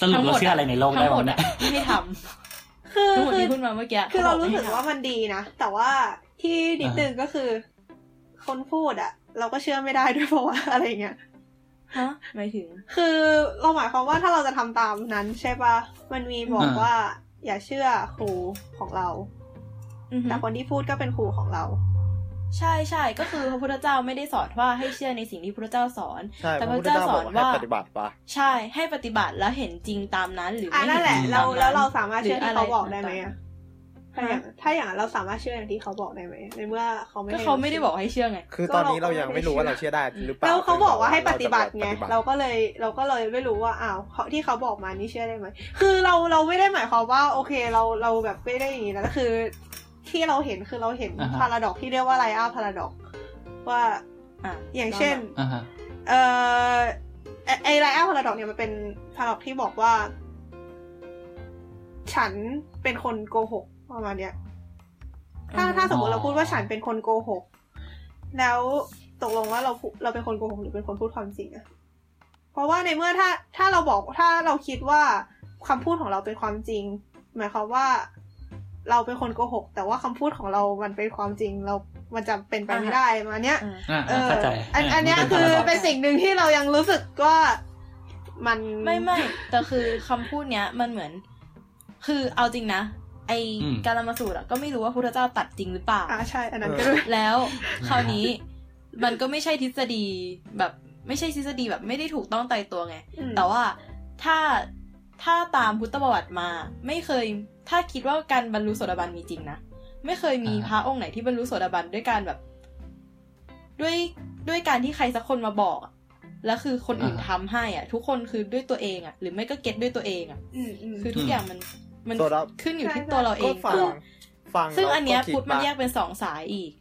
สรุปเราเชื่ออะไรในโลกได้ ทั้งหมดบ้างเนี่ย ที่ไม่ท คือ ำทั้งหมด คือ ที่พูดมาเมื่อกี้ คือเรา ขบ รู้ ไม่ สึก ให้ทำ ว่ามันดีนะ แต่ว่าที่นิดนึงก็คือ คนพูดอะเราก็เชื่อไม่ได้ ด้วยเพราะว่า อะไรเงี้ย ฮะหมายถึง คือเราหมายความว่าถ้าเราจะทำตามนั้นใช่ปะมันมีบอก อ่า ว่า อย่าเชื่อครูของเรา อือฮึ แต่คนที่พูดก็เป็นครูของเรา ใช่ใช่ก็คือพระพุทธเจ้าไม่ได้สอนว่าให้เชื่อในสิ่งที่พระพุทธเจ้าสอน ใช่ แต่ พ พ ระ ระ พุทธ เจ้า เจ้า ส บ อ อก น ว่าให้ ว่า ปฏิบัติปะ ใช่ให้ปฏิบัติแล้วเห็นจริงตามนั้นหรือ อ่ะ ไม่ นั่นแหละ เห็จริง เรา ตมนั้น แล้วเราสามารถเชื่อที่เขาบอกได้ไหมอะ ฮ ถ้าอย่างถ้าอย่างนั้นเราสามารถเชื่ออย่างที่เขาบอกได้ไหมในเมื่อเขาไม่ ก็ ให้ เขาไม่ได้บอกให้เชื่อไง คือตอนนี้เรายังไม่รู้ว่าเราเชื่อได้หรือเปล่า แล้วเขาบอกว่าให้ปฏิบัติไง เรจะ เราก็เลยเราก็เลยไม่รู้ว่าอ้าวเขาที่เขาบอกมานี่เชื่อได้ไหมคือเราเราไม่ได้หมายความว่า โอเคเราเราแบบไม่ได้อย่างนี้นะคือ ที่เราเห็นคือเราเห็น อ่าฮะ พาราดอกที่เรียกว่าไลอ้าพาราดอกว่า อ่ะ อย่างเช่น อ่าฮะ เอ่อไอไอไลอ้าพาราดอกเนี่ยมันเป็นพาราดอกที่บอกว่า ฉันเป็นคนโกหกประมาณเนี้ย ถ้าถ้าสมมติเราพูดว่าฉันเป็นคนโกหก แล้วตกลงว่าเราพูเราเป็นคนโกหกหรือเป็นคนพูดความจริงอะเพราะว่าในเมื่อถ้าถ้าเราบอกถ้าเราคิดว่าคำพูดของเราเป็นความจริง หมายความว่า เราเป็นคนโกหก แต่ว่าคำพูดของเรามันเป็นความจริง เรา มันจะเป็นไปไม่ได้มาเนี้ย อ่ะ อ่า เออ เข้าใจ อันอันเนี้ยคือเป็นสิ่งหนึ่งที่เรายังรู้สึกว่ามัน ไม่ไม่แต่คือคำพูดเนี้ยมันเหมือน คือเอาจริงนะ ไอการามาสูตรอะก็ไม่รู้ว่าพุทธเจ้าตัดจริงหรือเปล่า อ่าใช่ อันนั้นก็ด้วย แล้วคราวนี้มันก็ไม่ใช่ทฤษฎีแบบไม่ใช่ทฤษฎีแบบไม่ได้ถูกต้องตายตัวไง แต่ว่าถ้าถ้าตามพุทธประวัติมา ไม่เคยถ้าคิดว่าการบรรลุโสดาบันมีจริงนะ ไม่เคยมีพระองค์ไหนที่บรรลุโสดาบันด้วยการแบบ ด้วยด้วยการที่ใครสักคนมาบอกอะแล้วคือคนอื่นทำให้อ่ะ ทุกคนคือด้วยตัวเองอ่ะ หรือไม่ก็เก็ตด้วยตัวเองอ่ะ อืมอืม คือทุกอย่างมันมัน โซดา ขึ้นอยู่ที่ตัวเราเอ ก็ ง ฟัง ซึ่ง ฟัง ซึ่งอันเนี้ย แล้วคิด พุทธมัน ว่า แยกเป็นสองสายอีก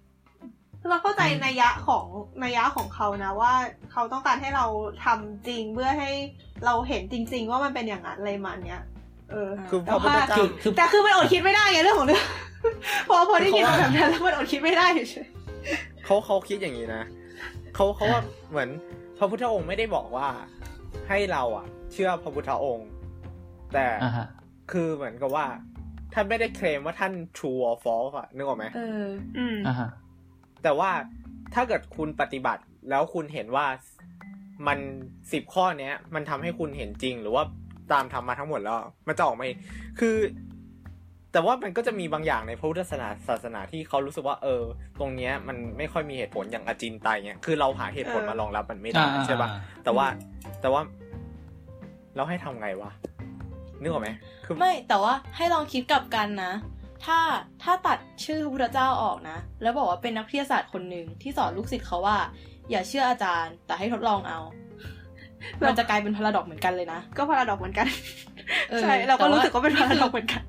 เราเข้าใจนัยยะของนัยยะของเขานะว่าเขาต้องการให้เราทำจริงเพื่อให้เราเห็นจริง ๆ ว่ามันเป็นอย่างนั้นอะไรมันเนี้ยเออ คือพ แต่ ระพุว่าทธเจ้า คือคือ แต่คือมันอดคิดไม่ได้ไงเรื่องของเรื่อง พอพอได้ยิน เขาว่า แบบนั้นแล้วมันอดคิดไม่ได้เฉย เขาเขาคิดอย่างนี้นะเขาเขาว่าเหมือนพระพุทธองค์ไม่ได้บอกว่าให้เราอ่ะ เชื่อพระพุทธองค์ แต่ อ่าฮะ คือเหมือนกับว่า ท่านไม่ได้เคลมว่าท่าน true or false อะนึกออกไหม เออ ๆอืม อ่าฮะ แต่ว่าถ้าเกิดคุณปฏิบัติแล้วคุณเห็นว่ามันสิบข้อเนี้ย มันทำให้คุณเห็นจริง หรือว่าตามทำมาทั้งหมดแล้ว มันจะออกมาคือ แต่ว่ามันก็จะมีบางอย่างในพระพุทธศาสนาศาสนาที่เขารู้สึกว่า เออ ตรงเนี้ยมันไม่ค่อยมีเหตุผลอย่างอาจินไตเนี้ยคือเราหาเหตุผลมารองรับมันไม่ได้ อ่า ใช่ปะ อ่า แต่ว่าแต่ว่าเราให้ทำไงวะนึกออกไหมคือ ไม่แต่ว่าให้ลองคิดกลับกันนะ ถ้าถ้าตัดชื่อพระพุทธเจ้าออกนะ แล้วบอกว่าเป็นนักวิทยาศาสตร์คนหนึ่งที่สอนลูกศิษย์เขาว่า อย่าเชื่ออาจารย์ แต่ให้ทดลอง เอา มันจะกลายเป็นพาราดอกซ์เหมือนกันเลยนะ ก็พาราดอกเหมือนกัน ออ ใช่เราก็ แต่ว่ รู้สึกว่าเป็นพาราดอก คื เหมือนกัน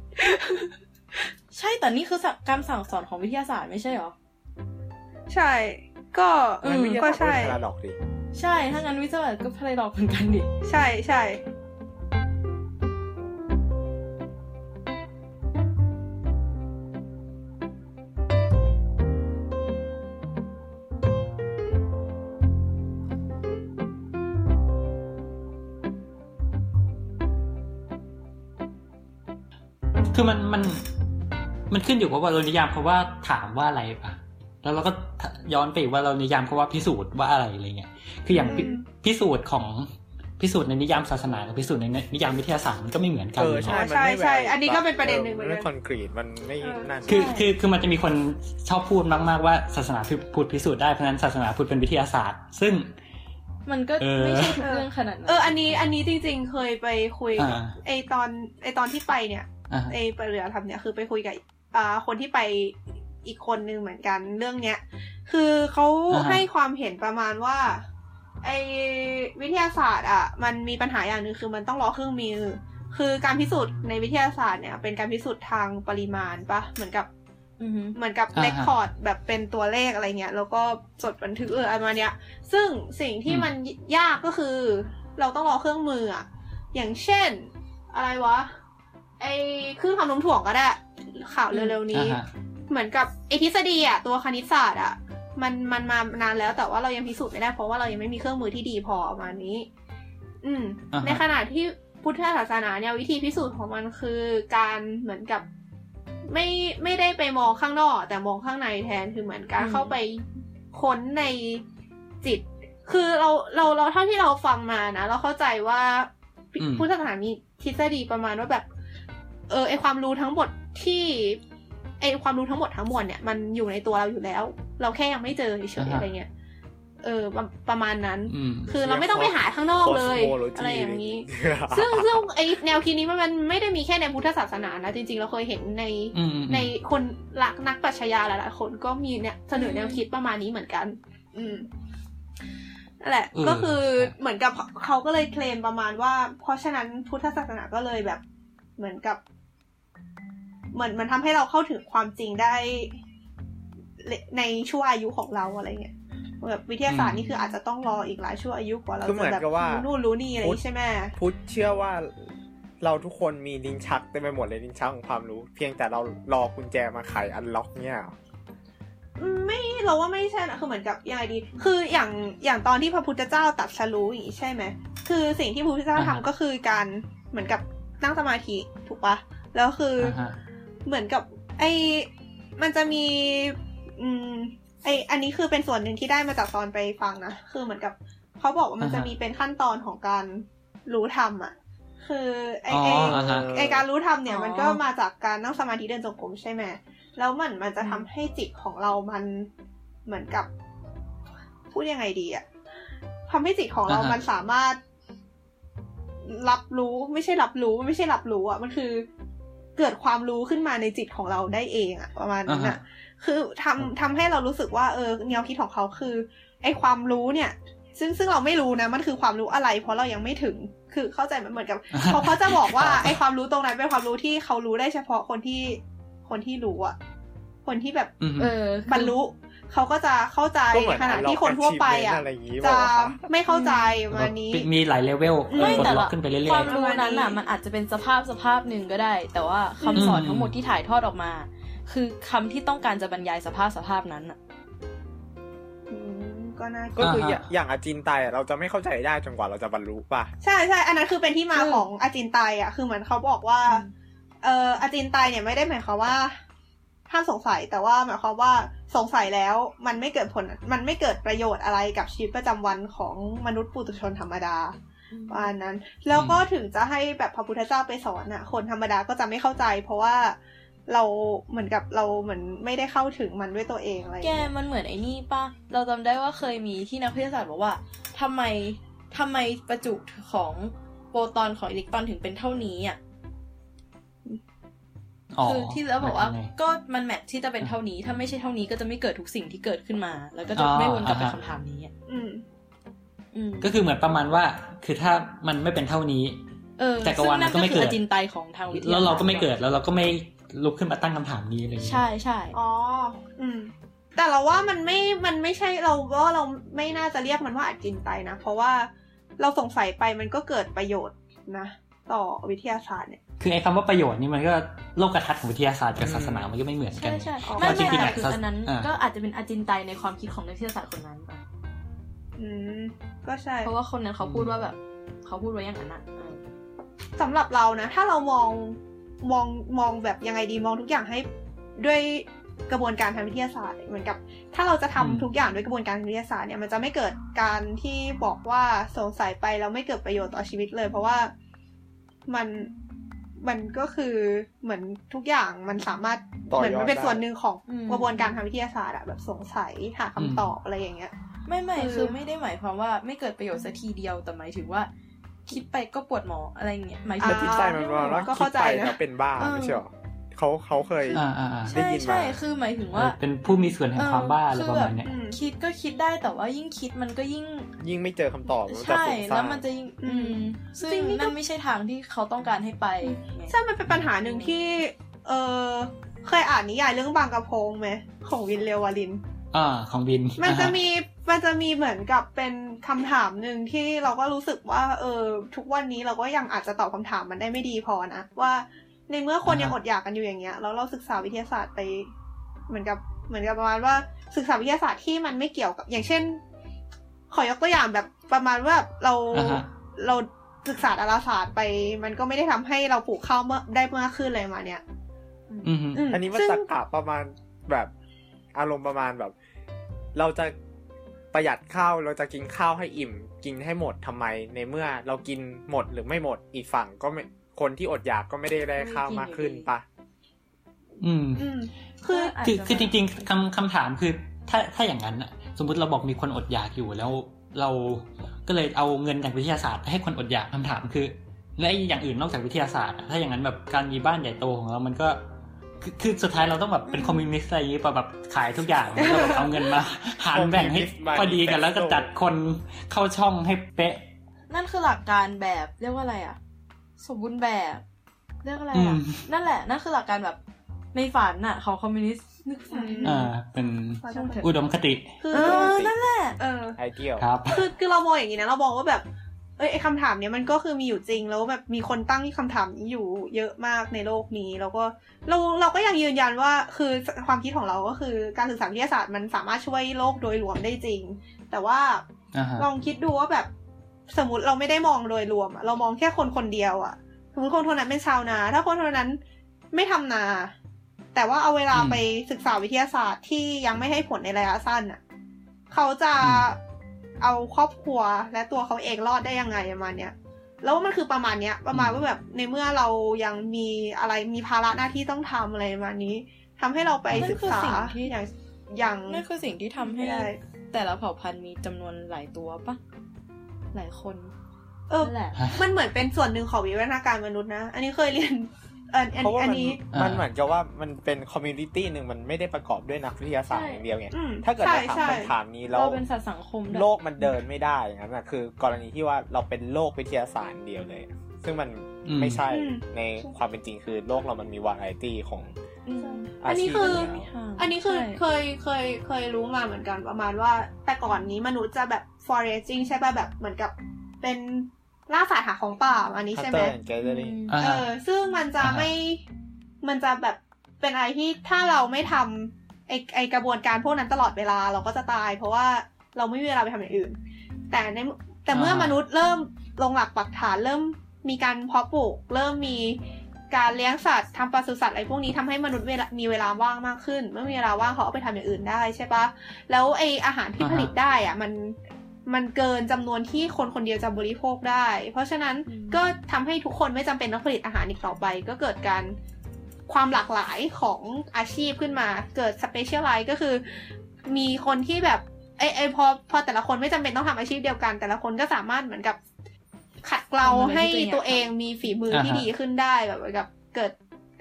ใช่แต่นี่คือสักการสั่งสอนของวิทยาศาสตร์ไม่ใช่หรอ ใช่ ก็ อื มัน ม ไม่ใช่ ก็ พา ใช่ ราดอกดิ ใช่ถ้างั้นวิทยาศาสตร์ก็พาราดอกซ์เหมือนกันดิ ใช่ใช่ คือมันมันมันขึ้นอยู่กับว่าเรานิยามคาว่าถามว่าอะไรปะแล้วเราก็ย้อนไปอีกว่าเรานิยามคาว่าพิสูจน์ว่าอะไรอะไรเงี้ย คืออย่างพิพิสูจน์ของพิสูจน์ในนิยามศาสนากับพิสูจน์ในนิยามวิทยาศาสตร์มันก็ไม่เหมือนกัน เออใช่ เนาะ มันไม่ ใช่ อันนี้ก็เป็นประเด็นหนึ่งเหมื มั อน น ไม่ กัน คอนกรีตมันไม่นั่น คือคือคือมันจะมีคนชอบพูดมากๆว่าศาสนาพูดพิสูจน์ได้เพราะฉะนั้นศาสนาพูดเป็นวิทยาศาสตร์ ซึ่ง มันก็ เออ ไม่ใช่ทุกเรื่องขนาดนั้น เออ อันนี้อันนี้จริง ๆ เคยไปคุยกับ อ่า ไอตอนไอตอนที่ไปเนี่ย อ่า ไอปริยธรรมเนี่ยคือไปคุยกับอ่าคนที่ไปอีกคนนึงเหมือนกันเรื่องเนี้ย คือเขาให้ความเห็นประมาณว่า ไอวิทยาศาสตร์อ่ะมันมีปัญหาอย่างหนึ่งคือมันต้องรอเครื่องมือ คือการพิสูจน์ในวิทยาศาสตร์เนี่ย เป็นการพิสูจน์ทางปริมาณปะเหมือนกับ อือฮึ เหมือนกับเลคคอร์ดแบบเป็นตัวเลขอะไรเงี้ย แล้วก็จดบันทึกเอออะไรมาเนี้ย ซึ่งสิ่งที่มันยากก็คือ เราต้องรอเครื่องมืออะอย่างเช่น อะไรวะ ไอเครื่องทำนมถ่วงก็ได้ ข่าวเร็วๆ อ่า นี้ ฮะ เหมือนกับไอทฤษฎีอะตัวคณิตศาสตร์อะมันมันมานานแล้วแต่ว่าเรายังพิสูจน์ไม่ได้เพราะว่าเรายังไม่มีเครื่องมือที่ดีพอประมาณนี้ อืม อ่าฮะ ในขณะที่พุทธศาสนาเนี่ยวิธีพิสูจน์ของมันคือการเหมือนกับไม่ไม่ได้ไปมองข้างนอก แต่มองข้างในแทนคือเหมือนการเข้าไปค้นในจิต คือเราเราเราเท่าที่เราฟังมานะ เราเข้าใจว่าพุทธศาสนามีทฤษฎีประมาณว่าแบบ เออไอความรู้ทั้งหมดที่ไอความรู้ทั้งหมดทั้งมวลเนี่ยมันอยู่ในตัวเราอยู่แล้ว เราแค่ยังไม่เจอเฉยๆอะไรเงี้ย เออประประมาณนั้น อืม คือเราไม่ต้องไปหาข้างนอกเลย Cosmology อะไรอย่างนี้ เนี่ย ซึ่ง ซึ่งไอแนวคิดนี้มันไม่ได้มีแค่ในพุทธศาสนานะจริงๆ เราเคยเห็นใน อืมอืมอืม ในคนหลักนักปรัชญาหลายๆคนก็มีเนี่ยเสนอแนวคิดประมาณนี้เหมือนกัน อืมนั่นแหละ เออ ก็คือเหมือนกับเขาก็เลยเคลมประมาณว่า เพราะฉะนั้นพุทธศาสนาก็เลยแบบ เหมือนกับ เหมือนมันทำให้เราเข้าถึงความจริงได้ในช่วอายุของเราอะไรเงี้ยแบบวิทยาศาสตร์นี่คืออาจจะต้องรออีกหลายช่วอายุกว่าเรา คือเหมือน จะแบบ กับว่า รู้นู่นรู้นี่อะไรอย่างงี้ใช่ไหม พุทธเชื่อว่าเราทุกคนมีลิ้นชักเต็มไปหมดเลยลิ้นชักของความรู้ เพียงแต่เรารอกุญแจมาไขอันล็อกเนี่ย อืมไม่เราว่าไม่ใช่นะคือเหมือนกับยังไงดี คืออย่างอย่างตอนที่พระพุทธเจ้าตรัสรู้อย่างนี้ใช่ไหมคือสิ่งที่พระพุทธเจ้า อ่า ทำ ฮะ ก็คือการเหมือนกับนั่งสมาธิถูกปะแล้วคือออ่าฮะ เหมือนกับไอมันจะมีอืมไออันนี้คือเป็นส่วนหนึ่งที่ได้มาจากตอนไปฟังนะคือเหมือนกับเขาบอกว่ามันจะมีเป็นขั้นตอนของการรู้ธรรมอ่ะ คือไอ อ๋อ ไอ อ่าฮะ ไอการรู้ทำเนี่ย อ๋อ มันก็มาจากการนั่งสมาธิเดินจงกรมใช่ไหมแล้วมันมันจะทำให้จิตของเรามันเหมือนกับ พูดยังไงดีอะทำให้จิตของเรา อ่าฮะ มันสามารถ รับรู้ไม่ใช่รับรู้ไม่ใช่รับรู้อะมันคือเกิดความรู้ขึ้นมาในจิตของเราได้เองอะประมาณนั้นอะคือทำทำให้เรารู้สึกว่าเออแนวคิดของเขาคือ ไอความรู้เนี่ย ซึ่งซึ่งเราไม่รู้นะ มันคือความรู้อะไร เพราะเรายังไม่ถึง คือเข้าใจมันเหมือนกับ เขาเขาจะบอกว่าไอความรู้ตรงนั้นเป็นความรู้ที่เขารู้ได้เฉพาะคนที่คนที่รู้อะคนที่แบบ อือฮึ เออ บรรลุเขาก็จะเข้าใจ ก็เหมือน ขณะ อันล็อก ที่คนทั่วไปอะ achievement อะไรอย่างงี้ จะ เปล่าวะ ไม่เข้าใจประมาณนี้ มีหลายเลเวล ไม่ กด แต่ ล็ ละ อกขึ้นไปเรื่ ค อ วาย มรู้นั้นอ่ะมันอาจจะเป็นสภาพสภาพหนึ่งก็ได้ แต่ว่าคำสอน อืม ทั้งหมดที่ถ่ายทอดออกมา คือคำที่ต้องการจะบรรยายสภาพสภาพนั้นอ่ะ อืมก็น่า ก็ คิด คืออย่า อ่าฮะ อย่างอาจินไตอะเราจะไม่เข้าใจได้จนกว่าเราจะบรรลุป่ะ ใช่ใช่อันนั้นคือเป็นที่มา อืม ของอาจินไตยอะคือเหมือนเขาบอกว่า เอ่ออาจินไตยเนี่ยไม่ได้หมายความว่าห้ามสงสัยแต่ว่าหมายความว่าสงสัยแล้วมันไม่เกิดผลมันไม่เกิดประโยชน์อะไรกับชีวิตประจำวันของมนุษย์ปุถุชนธรรมดา ประมาณนั้นแล้วก็ถึงจะให้แบบพระพุทธเจ้าไปสอนอ่ะ คนธรรมดาก็จะไม่เข้าใจ เพราะว่าเราเหมือนกับเราเหมือนไม่ได้เข้าถึงมันด้วยตัวเองอะไรอย่าง แก เงี้ย มันเหมือนไอ้นี่ป่ะ เราจำได้ว่าเคยมีที่นักวิทยาศาสตร์บอกว่าทำไมทำไมประจุของโปรตอนของอิเล็กตรอนถึงเป็นเท่านี้อ่ะ ๆอ๋อ คือที่เราบอกว่า หมยถึงไง ก็มันแมทที่จะเป็นเท่านี้ ถ้าไม่ใช่เท่านี้ก็จะไม่เกิดทุกสิ่งที่เกิดขึ้นมา แล้วก็จะไม่วนกลับไป อ่าฮะ คำถามนี้อะ อืม อืม ก็คือเหมือนประมาณว่า คือถ้ามันไม่เป็นเท่านี้ เออ จักรวาล ซึ่งนั่น มันก็ไม่ คือ เกิด อจินไตยของทางวิทยาศาสตร์ แล้วเราก็ไม่เกิดแล้วเราก็ไม่ลุกขึ้นมาตั้งคำถามนี้อะไรอย่างเงี้ย ใช่ใช่ อ๋อ อืม แต่เราว่ามันไม่ มันไม่ใช่เราว่าเราไม่น่าจะเรียกมันว่าอาจินไตยนะ เพราะว่าเราสงสัยไปมันก็เกิดประโยชน์นะ ต่อวิทยาศาสตร์เนี่ย คือไอ้คำว่าประโยชน์นี่มันก็โลกกระทัดของวิทยาศาสตร์กับศาสนามันก็ไม่เหมือนกั ใช่ น ใช่ อ๋อ ไม่ ความคิด ไม่ ที่แบบ คืออันนั้น อ่า ก็อาจจะเป็นอาจินไตยในความคิดของนักวิทยาศาสตร์คนนั้นป่ะ อืม ก็ใช่ เพราะว่าคนนั้นเขาพูดว่าแบบเขาพูดไว้อย่างนั้นอ่ะเออ สำหรับเรานะ ถ้าเรามอง มอง มองแบบยังไงดี มองทุกอย่างให้ด้วยกระบวนการทางวิทยาศาสตร์ เหมือนกับ ถ้าเราจะทำ อืม ทุกอย่างด้วยกระบวนการทางวิทยาศาสตร์เนี่ย มันจะไม่เกิดการที่บอกว่าสงสัยไปแล้วไม่เกิดประโยชน์ต่อชีวิตเลย เพราะว่ามัน มันก็คือเหมือนทุกอย่างมันสามารถ ต่อยอด เหมือนมันเป็น ได้ ส่วนหนึ่งของกระบวนการทางวิทยาศาสตร์อะแบบสงสัยหาคำตอบอะไรอย่างเงี้ย ไม่ไม่ เออ คือไม่ได้หมายความว่าไม่เกิดประโยชน์สักทีเดียวแต่หมายถึงว่า คิดไปก็ปวดหมออะไรอย่างเงี้ยหมายถึ อาง จินไตมันว่าเรา ก็ คิ เข้า ด ใจ ไป นะ แล้วเป็นบ้า เออ ไม่ใช่หรอเขาเขาเคย อ่าอ่าอ่า ใช่ ใช่ ได้ยินมา ใช่คือหมายถึงว่า เป็นผู้มีส่วนแห่งความบ้าอะไรประมาณเนี้ย อืม คิดก็คิดได้แต่ว่ายิ่งคิดมันก็ยิ่ง ยิ่งไม่เจอคำตอบมันจะ ใช่ ฟุ้งซ่า แล้วมันจะยิ่งอืมซึ่ง จริงนี่ก็ นั่นไม่ใช่ทางที่เขาต้องการให้ไปไง ใช่มันเป็นปัญหาหนึ่งที่ เออเคยอ่านนิยายเรื่องบางกระโพงไหมของวินเลวาลิน อ่า ของบิน มันจะ อ่าฮ มีมันจะมีเหมือนกับเป็นคำถามหนึ่งที่เราก็รู้สึกว่า เออ ทุกวันนี้เราก็ยังอาจจะตอบคำถามมันได้ไม่ดีพอนะว่า ในเมื่อคนยังออ่าฮะ ดอยากกันอยู่อย่างเงี้ยแล้วเราศึกษาวิทยาศาสตร์ไปเหมือนกับเหมือนกับประมาณว่าศึกษาวิทยาศาสตร์ที่มันไม่เกี่ยวกับ อย่างเช่น ขอยกตัวอย่างแบบประมาณว่าเรา อ่าฮะ เราศึกษาดาราศาสตร์ไป มันก็ไม่ได้ทำให้เราปลูกข้าวเมื่อได้มากขึ้นเลยมาเนี่ย อืมฮึ ม อันนี้มัน ซึ่ง ตะกะประมาณแบบอารมณ์ประมาณแบบ เราจะประหยัดข้าวเราจะกินข้าวให้อิ่ม กินให้หมดทำไม ในเมื่อเรากินหมดหรือไม่หมดอีกฝั่งก็ไม่คนที่อดอยากก็ไม่ได้ได้ข้าวมากขึ้นปะ อืม อืม คือ อาจ คือ จะ คือจ แบบ ริงๆคำคำถามคือถ้าถ้าอย่างนั้นน่ะ สมมติเราบอกมีคนอดอยากอยู่แล้วเราก็เลยเอาเงินจากวิทยาศาสตร์ไปให้คนอดอยากคำถามคือ และไอ้อย่างอื่นนอกจากวิทยาศาสตร์อะถ้าอย่างนั้นแบบการมีบ้านใหญ่โตของเรามันก็คือคือสุดท้ายเราต้องแบบเป็นคอมมิวนิสต์อะไรอย่างนี้ป่ะแบบขายทุกอย่างแล้วเราแบบเอาเงินมาหารแบ่งให้พอดีกันแล้วก็จัดคนเข้าช่องให้เป๊ะ นั่นคือหลักการแบบเรียกว่าอะไรอะสมบูรณ์แบบเรียกอะไร อื อะ ม นั่นแหละนั่นคือหลักการแบบในฝันอะของคอมมิวนิสต์นึกฝัน ม อ่าเป็น ช่างเถอะ อุดมคติ คือนั่นแหละ เออ ไอเดีย ครับ คือคือเรามองอย่างนี้นะเรามองว่าแบบเอ้ยไอคำถามเนี้ยมันก็คือมีอยู่จริงแล้วแบบมีคนตั้งคำถามนี้อยู่เยอะมากในโลกนี้ แล้วก็เราเราก็ยังยืนยันว่าคือความคิดของเราก็คือการศึกษาวิทยาศาสตร์มันสามารถช่วยโลกโดยรวมได้จริง แต่ว่า อ่าฮะ ลองคิดดูว่าแบบสมมติเราไม่ได้มองโดยรวมอะเรามองแค่คนคนเดียวอะสมมติคนคนนั้นเป็นชาวนา ถ้าคนคนนั้นไม่ทำนา แต่ว่าเอาเวลา อืม ไปศึกษาวิทยาศาสตร์ที่ยังไม่ให้ผลในระยะสั้นอะ เขาจะ อืม เอาครอบครัวและตัวเขาเองรอดได้ยังไงประมาณเนี้ยแล้วมันคือประมาณเนี้ย ประมาณว่าแบบในเมื่อเรายังมีอะไรมีภาระหน้าที่ต้องทำอะไรประมาณนี้ทำให้เราไปศึกษาอย่างอย่าง นั่นคือสิ่งที่ทำให้ ได้ แต่ละเผ่าพันธุ์มีจำนวนหลายตัวปะหลายคน เออ นั่นแหละ มันเหมือนเป็นส่วนหนึ่งของวิวัฒนาการมนุษย์นะ อันนี้เคยเรียนเอออัน เพราะว่า อัน มัน นี้ มัน อ่า เหมือนกับว่ามันเป็นคอมมูนิตี้หนึ่งมันไม่ได้ประกอบด้วยนักวิทยาศาสตร์อย่างเดียวไง ใช่อืม ถ้าเกิดเราถาม ใช่ใช่ คำถามนี้แล้ว เราเป็นสัตว์สังคมด้วย โลกมันเดินไม่ได้อย่างนั้นนะคือกรณีที่ว่าเราเป็นโลกวิทยาศาสตร์เดียวเลย ซึ่งมัน อืม ไม่ใช่ อืม ในความเป็นจริงคือโลกเรามันมีวาไรตี้ของ อืม อา อันนี้ ชีพ คือ ยู่แล้ว อันนี้คือ ใช่ เคยเคยเคยรู้มาเหมือนกันประมาณว่า แต่ก่อนนี้มนุษย์จะแบบ foraging ใช่ป่ะแบบเหมือนกับเป็นล่าสัตว์หาของป่าอันนี้ใช่ไหม Hunter and Gathering อืม อ่า เอ ฮะ อ ซึ่งมันจะ อ่าฮะ ไม่ มันจะแบบเป็นอะไรที่ถ้าเราไม่ทำไอไอกระบวนการพวกนั้นตลอดเวลาเราก็จะตาย เพราะว่าเราไม่มีเวลาไปทำอย่างอื่น แต่ในแต่เมื่อมนุษย์เริ่มลงหลักปักฐานเริ่มมีการเพาะปลูก เริ่มมีการเลี้ยงสัตว์ทำปศุสัตว์อะไรพวกนี้ทำให้มนุษย์เวลามีเวลาว่างมากขึ้น เมื่อมีเวลาว่างเขาเอาไปทำอย่างอื่นได้ใช่ปะแล้วไออาหารที่ อ่า ผ ฮะ ลิตได้อะมันมันเกินจำนวนที่คนคนเดียวจะบริโภคได้ เพราะฉะนั้น อืม ก็ทำให้ทุกคนไม่จำเป็นต้องผลิตอาหารอีกต่อไป ก็เกิดการความหลากหลายของอาชีพขึ้นมา เกิดสเปเชียลไลซ์ก็คือ มีคนที่แบบไอ้ไอ้พอพอแต่ละคนไม่จำเป็นต้องทำอาชีพเดียวกัน แต่ละคนก็สามารถเหมือนกับ ขัดเกลาให้ตัวเองมีฝีมือที่ อ่าฮะ ดีขึ้นได้แบบเหมือนกับเกิด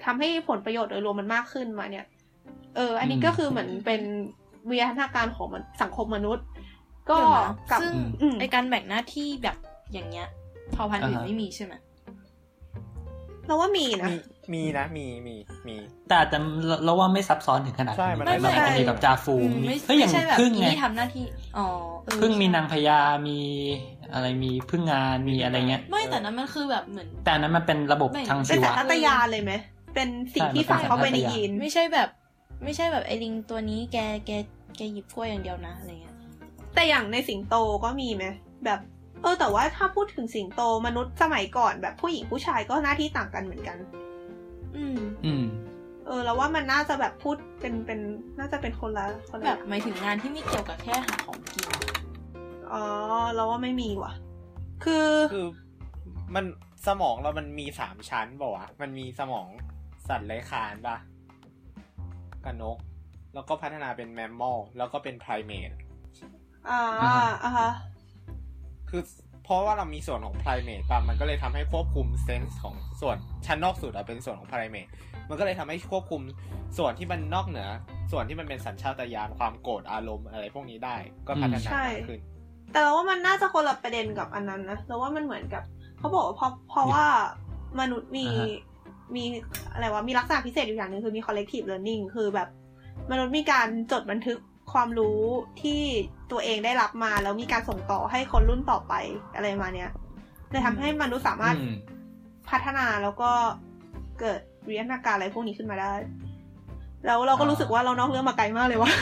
ทำให้ผลประโยชน์โดยรวมมันมากขึ้นมาเนี่ย เออ อันนี้ก็คือเหมือนเป็นวิวัฒนาการของมันสังคมมนุษย์ ก็ เดี๋ยวนะ กับ ซึ่ง อืม ไอการแบ่งหน้าที่แบบอย่างเงี้ยเผ่าพันธุ์อื่น อ่าฮะ ไม่มีใช่ไหม เราว่ามีนะ มีมีนะมีมีมี แต่อาจจะเราว่าไม่ซับซ้อนถึงขนาด ใช่มันไม่ แบบ ใช่ อาจจะมีแบบจาฟู อืม มี ไม่ เฮ้ยอ ไม่ ย่าง ใช่แบบ พึ่งไง นี่ทำหน้าที่อ๋อเออ พึ่งมีนางพญามีอะไรมีพึ่งงานมีอะไรเงี้ย ไม่แต่นั้นมันคือแบบเหมือน แต่อันนั้นมันเป็นระบบ ไม่ ทาง เป็ ชี น วะ สัตว์ตยานเลยไหม เป็นสิ่งที่ฝังเข้าไปในยีน ไม่ใช่แบบ ไม่ใช่แบบไอลิงตัวนี้แกแกแกหยิบกล้วยอย่างเดียวนะอะไรเงี้ย แต่อย่างในสิงโตก็มีไหมแบบ เออ แต่ว่าถ้าพูดถึงสิงโตมนุษย์สมัยก่อนแบบผู้หญิงผู้ชายก็หน้าที่ต่างกันเหมือนกัน อืม อืม เออเราว่ามันน่าจะแบบพูดเป็นเป็นน่าจะเป็นคนละคนละ แบบหมายถึงงานที่ไม่เกี่ยวกับแค่หาของกิน อ๋อเราว่าไม่มีว่ะ คือ คือมันสมองเรามันมีสามชั้นเปล่าวะมันมีสมองสัตว์เลื้อยคลานปะกับนก แล้วก็พัฒนาเป็นแมมมอลแล้วก็เป็นไพรเมต อ่า อ่าฮะ อ่าฮะ คือเพราะว่าเรามีส่วนของไพรเมตปะมันก็เลยทำให้ควบคุมเซนส์ของส่วนชั้นนอกสุดอะเป็นส่วนของไพรเมตมันก็เลยทำให้ควบคุมส่วนที่มันนอกเหนือ ส่วนที่มันเป็นสัญชาตญาณความโกรธอารมณ์อะไรพวกนี้ได้ก็พัฒนามากขึ้น แต่เราว่ามันน่าจะคนละประเด็นกับอันนั้นนะเราว่ามันเหมือนกับเขาบอกว่าเพราะเพราะว่ามนุษย์มี อ่าฮะ มีอะไรวะมีลักษณะพิเศษอยู่อย่างหนึ่งคือมี collective learning คือแบบ มนุษย์มีการจดบันทึกความรู้ที่ตัวเองได้รับมาแล้วมีการส่งต่อให้คนรุ่นต่อไปอะไรประมาณเนี้ยเลยทำให้มนุษย์สามารถ อืม พัฒนาแล้วก็เกิดวิวัฒนาการอะไรพวกนี้ขึ้นมาได้ แล้วเราก็ อ่า รู้สึกว่าเรานอกเรื่องมาไกลมากเลยว่ะ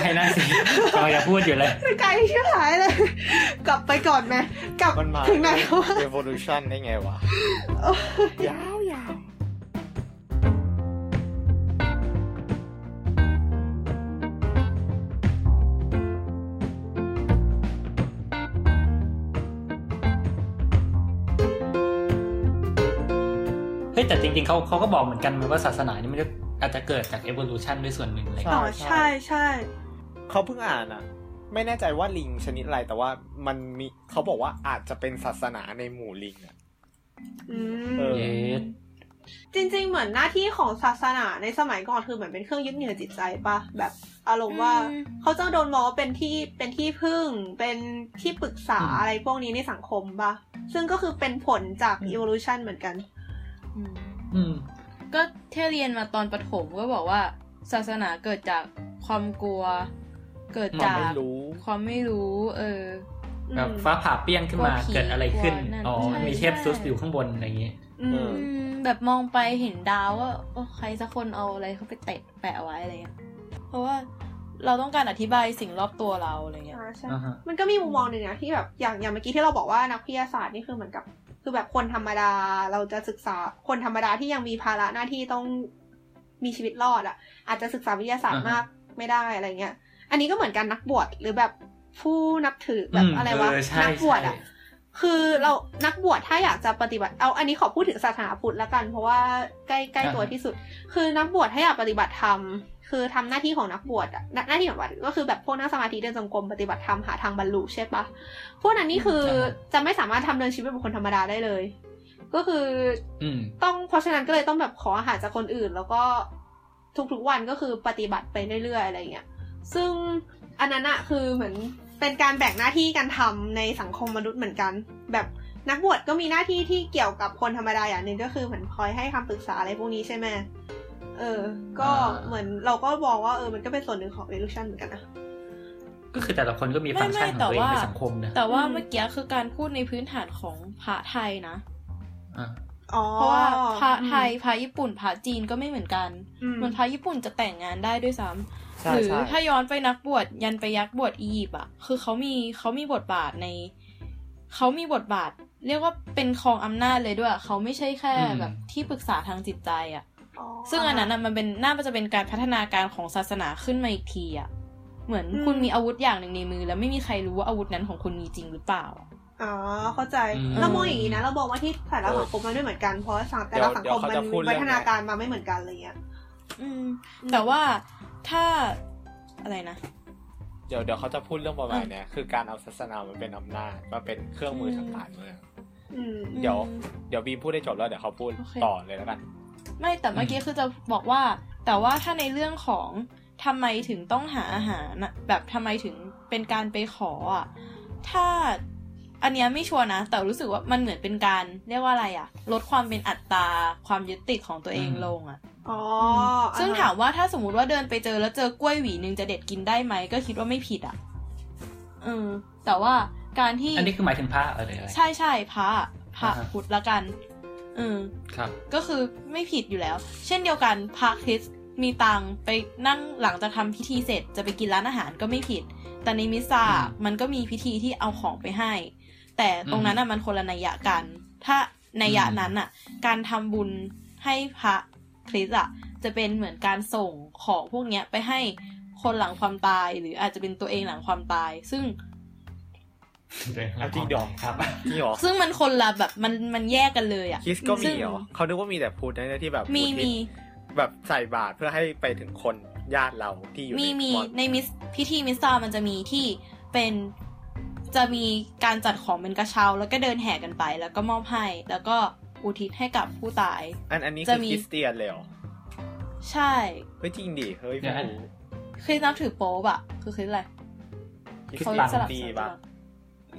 ใช่น่าสิ เราอย่าพูดอยู่เลย ไกลชิบหายเลย กลับไปก่อนไหมกลับ มันมา ถึงไหนแล้ววะ revolution ได้ไงวะ โอ้ย ยาวยาว เฮ้ยแต่จริงๆเขาเขาก็บอกเหมือนกันไหมว่าศาสนานี่มันก็อาจจะเกิดจาก evolution ด้วยส่วนหนึ่งอะไร อ๋ เงี้ย อใช่ใช่ เขาเพิ่งอ่านอะไม่แน่ใจว่าลิงชนิดอะไรแต่ว่ามันมีเขาบอกว่าอาจจะเป็นศาสนาในหมู่ลิงอะ อืม เออ เยส จริง ๆ เหมือนหน้าที่ของศาสนาในสมัยก่อนคือเหมือนเป็นเครื่องยึดเหนี่ยวจิตใจปะแบบอารมณ์ว่า อืม เขาจะโดนมองว่าเป็นที่เป็นที่พึ่ง เป็นที่ปรึกษาอะไรพวกนี้ในสังคมปะซึ่งก็คือเป็นผลจาก evolution เหมือนกัน อืม อืม ก็เท่เรียนมาตอนประถมก็บอกว่า ศาสนาเกิดจากความกลัว เกิด ควา จาม ก ไม่รู้ ความไม่รู้ เออ แบบฟ้าผ่าเปรี้ยงขึ้นมาก ลัวผี เกิดอะไรขึ้น กลัวนั่น อ๋อ ใช่ มีเทพ ใช่ ซุสอยู่ข้างบนอะไรอย่างงี้ อืม เออ อืมแบบมองไปเห็นดาวว่าโอ้ใครสักคนเอาอะไรเข้าไปเตะแปะไว้อะไรเงี้ยเพราะว่าเราต้องการอธิบายสิ่งรอบตัวเราอะไรเงี้ย อ่าใช่ อ่าฮะ มันก็มีมุมมองหนึ่งนะที่แบบอย่างอย่างเมื่อกี้ที่เราบอกว่านักวิทยาศาสตร์นี่คือเหมือนกับ คือแบบคนธรรมดาเราจะศึกษาคนธรรมดาที่ยังมีภาระหน้าที่ต้องมีชีวิตรอดอ่ะ อาจจะศึกษาวิทยาศาสตร์ อ่าฮะ มากไม่ได้อะไรเงี้ย อันนี้ก็เหมือนกันนักบวชหรือแบบผู้นับถือแบบ อืม อะไรวะ เออใช่ นับวชอ่ะ ใช่ คือเรานักบวชถ้าอยากจะปฏิบัติเอาอันนี้ขอพูดถึงศาสนาพุทธละกัน เพราะว่าใกล้ใกล้ตัวที่สุด คือนักบวชให้อยากปฏิบัติธรรม คือทำหน้าที่ของนักบวชอะหน้าหน้าที่ของนักบวชก็คือแบบพวกนั่งสมาธิเดินจงกรมปฏิบัติธรรมหาทางบรรลุใช่ปะพวกนั้นนี่คือ ใช่ จะไม่สามารถทำเดินชีวิตเป็นคนธรรมดาได้เลย ก็คือ อืม ต้องเพราะฉะนั้นก็เลยต้องแบบขออาหารจากคนอื่น แล้วก็ทุกๆวันก็คือปฏิบัติไปเรื่อยๆอะไรเงี้ย ซึ่งอันนั้นอะคือเหมือนเป็นการแบ่งหน้าที่การทำในสังคมมนุษย์เหมือนกัน แบบนักบวชก็มีหน้าที่ที่เกี่ยวกับคนธรรมดาอย่างหนึ่งก็คือเหมือนคอยให้คำปรึกษาอะไรพวกนี้ใช่ไหมเออ ก็ อ่า เหมือนเราก็มองว่าเออมันก็เป็นส่วนหนึ่งของ evolution เหมือนกันนะ ก็คือแต่ละคนก็มีฟังก์ชันของตัวเองในสังคมนะ แต่ว่า อืม เมื่อกี้คือการพูดในพื้นฐานของพระไทยนะ อ่า อ๋อ เพราะว่าพระไทยพระญี่ปุ่นพระจีนก็ไม่เหมือนกัน อืม เหมือนพระญี่ปุ่นจะแต่งงานได้ด้วยซ้ำ ใช่ หรือ ใช่ ถ้าย้อนไปนักบวชยันไปยักษ์บวชอียิปต์อ่ะคือเขามีเขามีบทบาทในเขามีบทบาท เรียกว่าเป็นครองอำนาจเลยด้วย เขาไม่ใช่แค่ อืม แบบที่ปรึกษาทางจิตใจอ่ะ อ๋อ ซึ่งอันนั้นน่ะมันเป็นน่าจะเป็นการพัฒนาการของศาสนาขึ้นมาอีกทีอ่ะเหมือน อืม คุณมีอาวุธอย่างหนึ่งในมือ แล้วไม่มีใครรู้ว่าอาวุธนั้นของคุณมีจริงหรือเปล่า อ๋อเข้าใจ อืม เรามองอย่างนี้นะเราบอกว่าที่แต่ละสังคมมันไม่เหมือนกันเพราะสังแต่ละสังคมมันวัฒนาการมาไม่เหมือนกันอะไรเงี้ย อืม อืม แต่ว่าถ้าอะไรนะ เดี๋ยวเดี๋ยวเขาจะพูดเรื่องประมาณเนี้ยคือการเอาศาสนามาเป็นอำนาจมาเป็นเครื่องมือทางการเมือง อืม เดี๋ยว อืม เดี๋ยวบีมพูดได้จบแล้วเดี๋ยวเขาพูด โอเค ต่อเลยแล้วกัน ไม่แต่เมื่อกี้คือจะบอกว่า แต่ว่าถ้าในเรื่องของทำไมถึงต้องหาอาหารน่ะแบบทำไมถึงเป็นการไปขออ่ะถ้าอันเนี้ยไม่ชัวร์นะ แต่รู้สึกว่ามันเหมือนเป็นการ เรียกว่าอะไรอ่ะ ลดความเป็นอัตตาความยึดติดของตัวเอง อืม ลงอ่ะ อ๋ออ่ ซึ่งถามว่าถ้าสมมติว่าเดินไปเจอแล้วเจอกล้วยหวีหนึ่งจะเด็ดกินได้ไหมก็คิดว่าไม่ผิดอ่ะเออแต่ว่าการที่ อันนี้คือหมายถึงพระอะไรออะไร ใช่ใช่พระอะพระ อ่าฮะ พุทธละกันเออ ครับ ก็คือไม่ผิดอยู่แล้ว เช่นเดียวกันพระคริสต์มีตังค์ไปนั่งหลังจากทำพิธีเสร็จจะไปกินร้านอาหารก็ไม่ผิด แต่ในมิสซา อืม มันก็มีพิธีที่เอาของไปให้ แต่ตรงนั้นอ่ะมันคนละนัยยะกัน ถ้านัยยะ อืม นั้นอ่ะ การทำบุญให้พระคริสต์อ่ะจะเป็นเหมือนการส่งของพวกเนี้ยไปให้คนหลังความตายหรืออาจจะเป็นตัวเองหลังความตาย ซึ่ง เอาจริงดอก ครับ จริงเหรอ ซึ่งมันคนละแบบมันมันแยกกันเลยอะ คริสก็มีซึ่ง เหรอเขานึกว่ามีแต่พุทธนะเนี่ยที่แบบ มี อุทิศ มี แบบใส่บาตรเพื่อให้ไปถึงคนญาติเราที่อยู่ มี ใน มี มอญ ในมิสพิธีมิสซามันจะมีที่เป็นจะมีการจัดของเป็นกระเช้าแล้วก็เดินแห่กันไป แล้วก็มอบให้ แล้วก็อุทิศให้กับผู้ตาย อันอันนี้ จะ คือ มี คริสเตียนเลยเหรอ ใช่ เฮ้ยจริงดิเฮ้ย เดี๋ยวนะ คริสต์นับถือโป๊ปอะคือคริสต์อะไร คริส เขา เตียนเรียกสลับ ดี สลั ป่ะ บ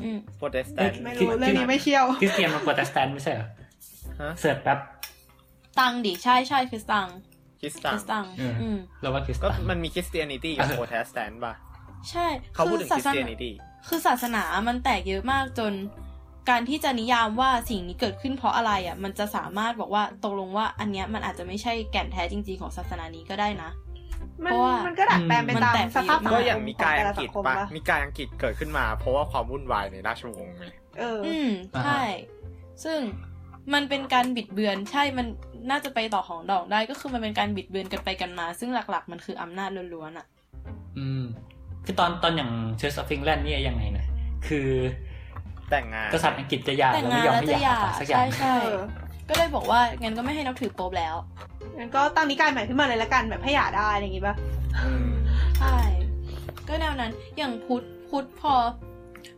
อืม โปรเตสแตนต์ ไม่รู้เรื่องนี้ไม่เชี่ยว คริสเตียนมันโปรเตสแตนต์ไม่ใช่เหรอ ฮะ เสิร์ชแป๊บ ตังดิใช่ใช่คริสตัง คริส ค ตัง ริสตัง เอออื อืม เราว่าคริส ก็ เตัน มันมีคริสเตียนิตี้กับ เออ โปรเตสแตนต์ป่ะ ใช่ เขาพูดถึง ศ คริส ส เตีย น นิตี้ คือศาสนา มันแตกเยอะมากจน การที่จะนิยามว่าสิ่งนี้เกิดขึ้นเพราะอะไรอ่ะ มันจะสามารถบอกว่าตกลงว่าอันเนี้ยมันอาจจะไม่ใช่แก่นแท้จริง ๆ ของศาสนานี้ก็ได้นะ มั เพ น ราะว่ามั มันก็ดัดแปลงไปตาม มันแตก สภาพสังค ก็ ม อย่างมีกายอังกฤษ ของ ปะ แต่ละสังคมปะ มีกายอังกฤษเกิดขึ้นมา เพราะว่าความวุ่นวายในราชวงศ์ไง เอออ อืม อ่าฮะ ใช่ ซึ่งมันเป็นการบิดเบือนใช่มันน่าจะไปต่อของดอกได้ก็คือมันเป็นการบิดเบือนกันไปกันมา ซึ่งหลักๆ มันคืออำนาจล้วนๆอ่ะ อืม คือตอนตอนอย่างเชสออฟฟิงแลนด์เนี่ยยังไงนะคือ แต่งงาน กษัตริย์อังกฤษจะหย่า แต่ง แล้ว งานไม่ยอม แล้ว ให้ จะหหย่า ย่า สักอย่า ใช่ ง ใช่ ก็เลยบอกว่างั้นก็ไม่ให้นับถือโป๊ปแล้ว งั้นก็ตั้งนิกายใหม่ขึ้นมาเลยละกันแบบพยาได้อะไรอย่างงี้ปะ อืม ใช่ ก็แนวนั้นอย่างพุทธพุทธพอ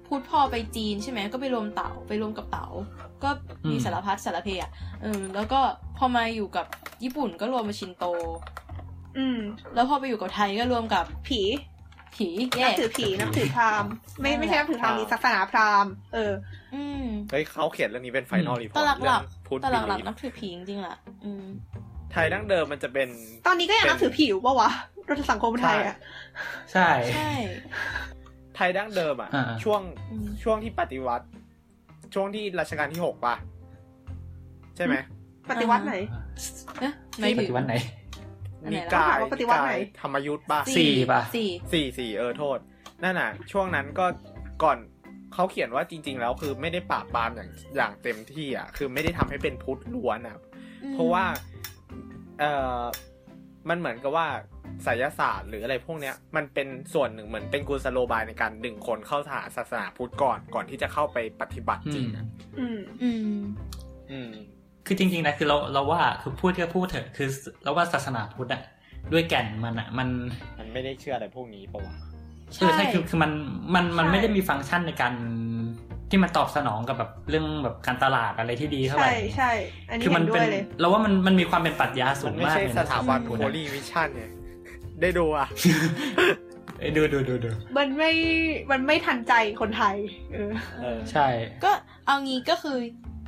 พุทธพอไปจีนใช่ไหมก็ไปรวมเต๋าไปรวมกับเต๋าก็มี อืม สารพัดสารเพอะเออแล้วก็พอมาอยู่กับญี่ปุ่นก็รวมมาชินโต อืม แล้วพอไปอยู่กับไทยก็รวมกับ ผี ผี นั แย่ บถือผีนับถือพราหมณ์ไม่ไม่ใช่นับถือพราหมณ์มีศาสนาพราหมณ์เออ อืม เฮ้ยเขาเขียนเรื่องนี้เป็นไฟนอลรีพอ ต ร์ ลัก ต ห เรื่ ลั อก งพุทธ ตลักหลัก ผี นับถือผีจริงๆล่ะ อืม ไทยดั้งเดิมมันจะเป็น ตอนนี้ก็ยัง เป็น นับถือผีอยู่ปะวะรัฐสังคมไทยอ่ะ ใช่ ใช่ ไทยดั้งเดิมอ่ะ อ่า ช่วง อืม ช่วงที่ปฏิวัติ ช่วงที่รัชกาลที่หกป่ะ ใช่ไหม ปฏิวัติไหน เอ๊ะหมา ไม่ ย ป ถึง ฏิวัติไหน อันไหน นิกาย ล่ะปฏิวัติไหน นิกายธรรมยุทธ์ป่ะ สี่ปะ สี่ สี่สี่เออโทษนั่นน่ะ ช่วงนั้นก็ก่อนเขาเขียนว่าจริง ๆ แล้วคือไม่ได้ปราบปรามอย่างอย่างเต็มที่อ่ะคือไม่ได้ทำให้เป็นพุทธล้วนอ่ะ อืม เพราะว่าเออมันเหมือนกับว่าไสยศาสตร์หรืออะไรพวกเนี้ย มันเป็นส่วนหนึ่งเหมือนเป็นกุศโลบายในการดึงคนเข้าหาศาสนาพุทธก่อนก่อนที่จะเข้าไปปฏิบัติจริงอ่ะ อืม อืม อืม คือจริงๆนะคือเราเราว่าคือพูดก็พูดเถอะคือเราว่าศาสนาพุทธอะด้วยแก่นมันอะมัน มันไม่ได้เชื่ออะไรพวกนี้ปะวะ ใช่ เออใช่คือคือมันมันมัน ใช่ ไม่ได้มีฟังก์ชันในการที่มันตอบสนองกับแบบเรื่องแบบการตลาดอะไรที่ดีเท่าไห ใช่ ร่ ใช่อันนี้ คือมั เห็นนด้ เป็น วยเลย เราว่ามันมันมีความเป็นปรัชญาสู มัน ง ไม่ มาก ใช่ เลย ส นะ ถาบัน อื โพ ม ลีวิชั่นเนี่ยได้ดูอ่ะ เออดูดูดูดู มันไม่ มันไม่ทันใจคนไทย เออ เออ ใช่ ก็เอางี้ก็คือ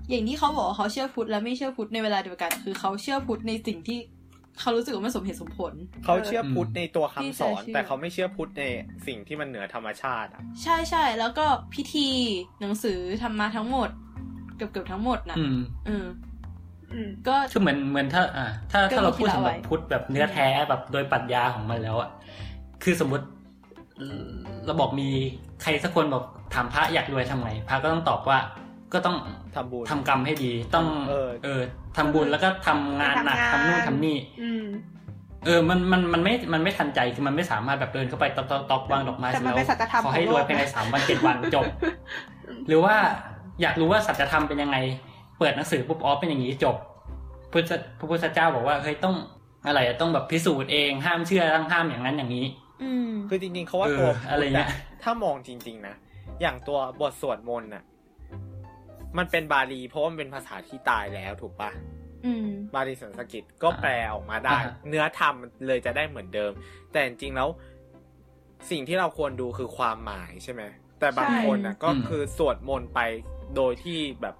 อย่างที่เขาบอกว่าเขาเชื่อพุทธและไม่เชื่อพุทธในเวลาเดียวกัน คือเขาเชื่อพุทธในสิ่งที่เขารู้สึกว่ามันสมเหตุสมผล เขาเชื่อพุทธในตัวคำสอน ที่จะเชื่อ แต่เขาไม่เชื่อพุทธในสิ่งที่มันเหนือธรรมชาติอะ ใช่ใช่แล้วก็พิธีหนังสือธรรมะทั้งหมด เกือบเกือบๆทั้งหมดนะ อืม เออ อืม ก็ คือเหมือนเหมือนถ้าอ่าถ้า ก็ ถ้าเราพูดถึง มีที่ละไว้ แบบพุทธแบบเนื้อแท้แบบโดยปรัชญาของมันแล้วอะคือสมมติเอ่อเราบอกมีใครสักคนบอกถามพระอยากรวยทำไงพระก็ต้องตอบว่าก็ต้อง ทำบุญ ทำกรรมให้ดีต้อง เออ เออทำบุญแล้วก็ทำงานหนัก ทำ ทำ งาน นู่นทำนี่ อืม เออมันมันมันไม่มันไม่ทันใจคือมันไม่สามารถแบบเดินเข้าไปตอกตอกตอกวางดอกไม้ แต่มันเป็นสัจธรรม ขอให้ ของ ร โลก วยภายใน นะ สามวันเจ็ดวันจบ หรือว่าอยากรู้ว่าสัจธรรมเป็นยังไง เปิดหนังสือปุ๊บอ๋อเป็นอย่างนี้จบพุทธพระพุทธเจ้าบอกว่าเฮ้ยต้องอะไรอะต้องแบบพิสูจน์เองห้ามเชื่อทั้งห้ามอย่างนั้นอย่างนี้ อืม คือจริงๆเขาว่า เออ ตัว อะไรเงี้ย พุทธถ้ามองจริง ๆ นะ อย่างตัวบทสวดมนต์น่ะ มันเป็นบาลีเพราะว่ามันเป็นภาษาที่ตายแล้วถูกปะ อืม บาลีสันสกิตก็แปลออกมาได้ อ่าฮะ เนื้อธรรมมันเลยจะได้เหมือนเดิม แต่จริงๆแล้ว สิ่งที่เราควรดูคือความหมายใช่ไหม แต่บาง ใช่ คนน่ะ ก็คือสวดมนต์ไปโดยที่แบบ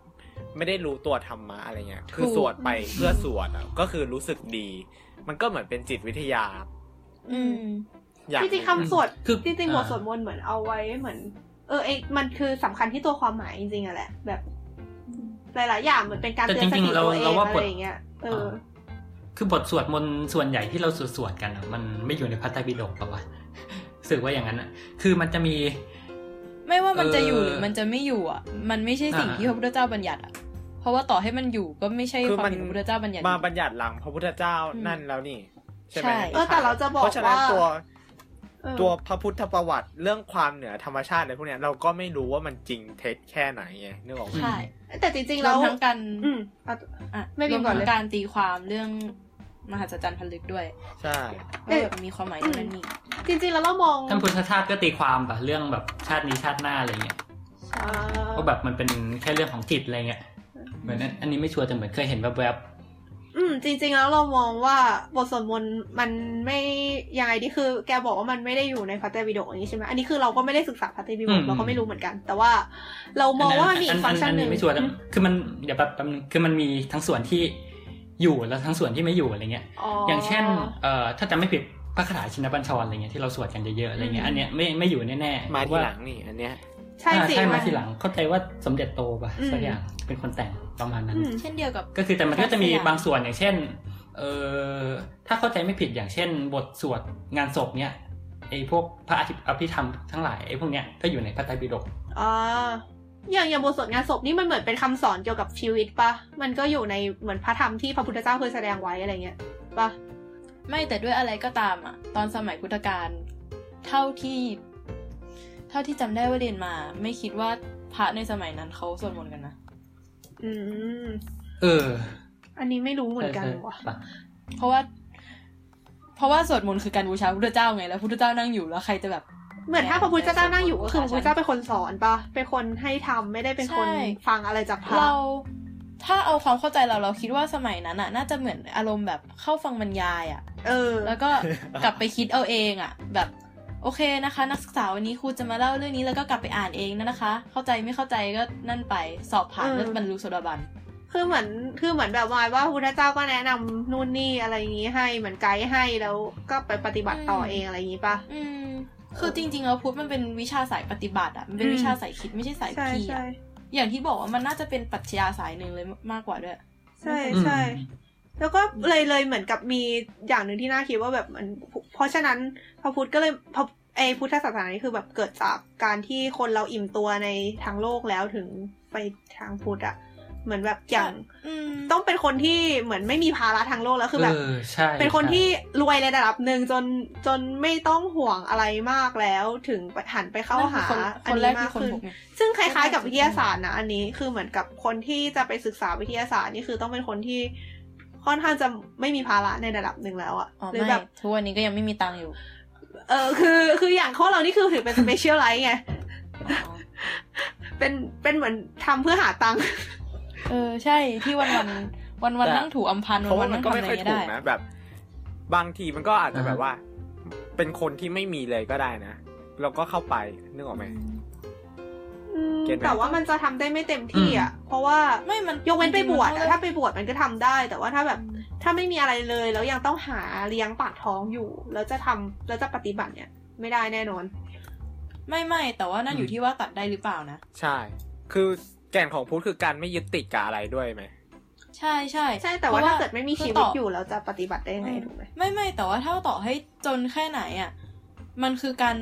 ไม่ได้รู้ตัวธรรมะอะไรเงี้ย คือ ถูก สวดไปเพื่อสวดอะก็คือรู้สึกดี มันก็เหมือนเป็นจิตวิทยา อืม อย่าง จริงๆคำสวด คือ จริงๆบท อ่า สวดมนต์เหมือนเอาไว้เหมือน เออไอมันคือสำคัญที่ตัวความหมายจริงๆอะแหละ แบบหลายๆอย่างเหมือนเป็นการ แต่ เตือ จ นส ริง ติ ๆเรา ตัวเอง เราว่า อะ บ ไร ท อย่างเงี้ย เออ คือบทสวดมนต์ส่วนใหญ่ที่เราสวดสวดๆกันอะมันไม่อยู่ในพระไตรปิฎกปะว ะรู้สึกว่าอย่างนั้นอะคือมันจะมี ไม่ว่ามันจะอยู่ เออ หรือมันจะไม่อยู่อ่ะ มันไม่ใช่สิ่ง อ่า ที่พระพุทธเจ้าบัญญัติอ่ะ เพราะว่าต่อให้มันอยู่ก็ไม่ใช่ความเห็นพระพุทธเจ้าบัญญัติ มาบัญญัติหลังพระพุทธเจ้า อืม นั่นแล้วนี่ใช่ไห ใช่ ม เออแต่เราจะบอก เพราะฉะนั้น ว่า ตัว เออ ตัวพระพุทธประวัติเรื่องความเหนือธรรมชาติอะไรพวกเนี้ยเราก็ไม่รู้ว่ามันจริงเท็จแค่ไหนไงนึกออกไหม ใช่ แต่จริงรๆแล้วว มทั้งการ อืมเอา อ่ะ ไม่มี รวม ก่อน ทั้ เลย งการตีความเรื่องมหัศจรรย์พันลึกด้วย ใช่ เอ้ ว่าย แบบมีความหมายนั่นนนนี่ จริงๆแล้วเรามอง ท่านพุทธทาสก็ตีความแบบเรื่องแบบชาตินี้ชาติหน้าอะไรเงี้ย อ่า ก็แบบมันเป็นแค่เรื่องของจิตอะไรเงี้ยเหมือนอันอันนี้ไม่ชัวร์แต่เหมือนเคยเห็นแบบแบบ อืม จริง ๆ แล้วเรามองว่าบทสวดมนต์มันไม่ยังไงดีคือ แกบอกว่ามันไม่ได้อยู่ในพระไตรปิฎกอย่างนี้ใช่ไหมอันนี้คือเราก็ไม่ได้ศึกษาพระไตรปิฎกเราก็ไม่รู้เหมือนกัน แต่ว่า เรามองว่ามันมีอีกฟังก์ชันหนึ่ง อัไม่ชัวร์แต่คือมันเดี๋ยวแบบแป๊บนึงคือมันมีทั้งส่วนที่อยู่แล้วทั้งส่วนที่ไม่อยู่อะไรเงี้ย อย่างเช่นเอ่อถ้าจำไม่ผิดพระคาถาชินบัญชรอะไรเงี้ยที่เราสวดกันเยอะๆอะไรเงี้ย อืม อันเนี้ยไม่ไม่อยู่แน่ๆ มา เพ ที ระว่ หลังนี่อันเนี้ย ใช่ อ่า สิ ใช่มา มัน ทีหลังเข้าใจว่าสมเด็จโตป่ะ อืม สักอย่างเป็นคนแต่งประมาณนั้น อืม เช่นเดียวกับ ก็คือแต่มันก็จะมี ใช่ค่ะ บางส่วนอย่างเช่น เออถ้าเข้าใจไม่ผิดอย่างเช่น บทสวดงานศพเนี่ยไอ้พวกพระอธิอภิธรรมทั้งหลายไอ้พวกเนี้ยก็อยู่ในพระไตรปิฎก อ่าอย่างอย่างบทสวดงานศพนี่มันเหมือนเป็นคำสอนเกี่ยวกับชีวิตปะมันก็อยู่ในเหมือนพระธรรมที่พระพุทธเจ้าเคยแสดงไว้อะไรเงี้ยปะ ไม่แต่ด้วยอะไรก็ตามอ่ะ ตอนสมัยพุทธกาลเท่าที่ เท่าที่จำได้ว่าเรียนมา ไม่คิดว่าพระในสมัยนั้นเขาสวดมนต์กันนะ อืม เออ อันนี้ไม่รู้เหมือนกัน ใช่ใช่ ว่ะ ปะ เพราะว่า เพราะว่าสวดมนต์คือการบูชาพระพุทธเจ้าไงแล้วพระพุทธเจ้านั่งอยู่แล้วใครจะแบบ เหมือนถ้าพระพุทธเจ้านั่งอยู่ก็คือพระพุทธเจ้าเป็นคนสอนปะเป็นคนให้ทำไม่ได้เป็นคน ใช่ ฟังอะไรจากพระ เราถ้าเอาความเข้าใจเราเราคิดว่าสมัยนั้นอ่ะ น่าจะเหมือนอารมณ์แบบเข้าฟังบรรยายอ่ะ เออ แล้วก็ กลับไปคิดเอาเองอ่ะ แบบโอเคนะคะ นักศึกษาวันนี้ครูจะมาเล่าเรื่องนี้แล้วก็กลับไปอ่านเองนะนะคะ เข้าใจไม่เข้าใจก็นั่นไปสอบผ่าน เออ ก็บรรลุโสดาบัน คือเหมือนคือเหมือนแบบว่าว่าพระพุทธเจ้าก็แนะนำนู่นนี่อะไรอย่างนี้ให้เหมือนไกด์ให้แล้วก็ไปปฏิบัติต่อมอเองอะไรอย่างนี้ปะ อืม คือจริงๆแล้วพุทธมันเป็นวิชาสายปฏิบัติอ่ะมันเป็น อืม วิชาสายคิดไม่ใช่สาย ใช่ พี ใช่ อ่ะอย่างที่บอกว่ามันน่าจะเป็นปรัชญาสายหนึ่งเลยมากกว่าด้วย ใช่ อืม ใช่ แล้วก็เลยเลยเหมือนกับมีอย่างหนึ่งที่น่าคิดว่าแบบมันเพราะฉะนั้นพระพุทธก็เลยพระไอพุทธศาสนานี่คือแบบเกิดจากการที่คนเราอิ่มตัวในทางโลกแล้วถึงไปทางพุทธอะเหมือนแบบอย่าง อืม ต้องเป็นคนที่เหมือนไม่มีภาระทางโลกแล้วคือแบบ เออใช่ เป็นคน ใช่ ที่รวยในระดับหนึ่งจนจนไม่ต้องห่วงอะไรมากแล้วถึงไปหันไปเข้าหาอัน คนแรกที่นี้มาก คนพขึ้นบไง ซึ่งคล้ายๆกับวิทยาศาสตร์นะอันนี้คือเหมือนกับคนที่จะไปศึกษาวิทยาศาสตร์นี่คือต้องเป็นคนที่ค่อนข้างจะไม่มีภาระในระดับหนึ่งแล้วอะ อ๋อ หรือ ไม่ แบบ ทุกวันนี้ก็ยังไม่มีตังค์อยู่ เออคือคืออย่างข้อเรานี่คือถือเป็น สเปเชียลไลท์ไงเป็นเป็นเหมือนทำเพื่อหาตังค์ เออใช่ที่วันวันวันวัน แต่ ๆนั่งถูอัมพันธ์ เพ วั ราะ นวั ว่าน ๆ มั นั่ น ง ก็ ทำอะ ไม่ ไร ค่อย ไม่ ถู ได้ กนะแบบ บางทีมันก็อาจจะ อ่าฮะ แบบว่า เป็นคนที่ไม่มีเลยก็ได้นะเราก็เข้าไปนึกออกไหม อืม เก็ตไหม แต่ว่ามันจะทำได้ไม่เต็มที่อ่ะ เพราะว่า ไม่มัน ยกเว้นไปบวช จริงๆมันต้อะอง ถ้าไปบวชมันก็ทำได้ แต่ว่าถ้าแบบ ถ้าไม่มีอะไรเลยแล้วยังต้องหาเลี้ยงปากท้องอยู่ แล้วจะทำแล้วจะปฏิบัติเนี่ยไม่ได้แน่นอน ไม่ไม่แต่ว่านั่นอยู่ที่ว่าตัดได้หรือเปล่านะ ใช่ คือแก่นของพุทธคือการไม่ยึดติดกับอะไรด้วยไหม ใช่ใช่ ใช่แต่พว่าระ ถ้าเกิดไม่มีชีวิคืตต่ อยู่แล้วจะปฏิบัติได้ยังไงถูกไหม ไม่ไม่แต่ว่าถ้าต่อให้จนแค่ไหนอ่ะมันคือการ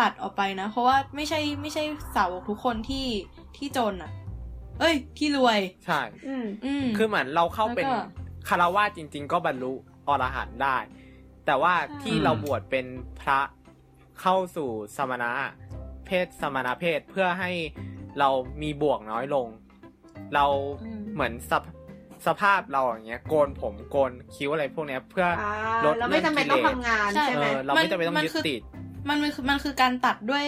ตัดออกไปนะ เพราะว่าไม่ใช่ไม่ใช่สาวกทุกคนที่ที่จนอ่ะ เอ้ย ที่รวย ใช่ อืม อืม คือเหมือนเราเข้าเป็น แล้วก็ คารวาสจริง ๆ ก็บรรลุอรหันต์ได้ แต่ว่าที่ อืม เราบวชเป็นพระเข้าสู่สมณะเพศสมณะเพศเพื่อให้เรามีบ่วงน้อยลง เรา อืม เหมือนสภสภาพเราอย่างเงี้ยโกนผมโกนคิ้วอะไรพวกเนี้ยเพื่อ อ่า ลด แล้วไม่จำเป็นต้องทำงาน ใช่ ใช่ไหม เออเราไม่จำเป็นต้องยึดติด มันมันคือมันคือการตัดด้วย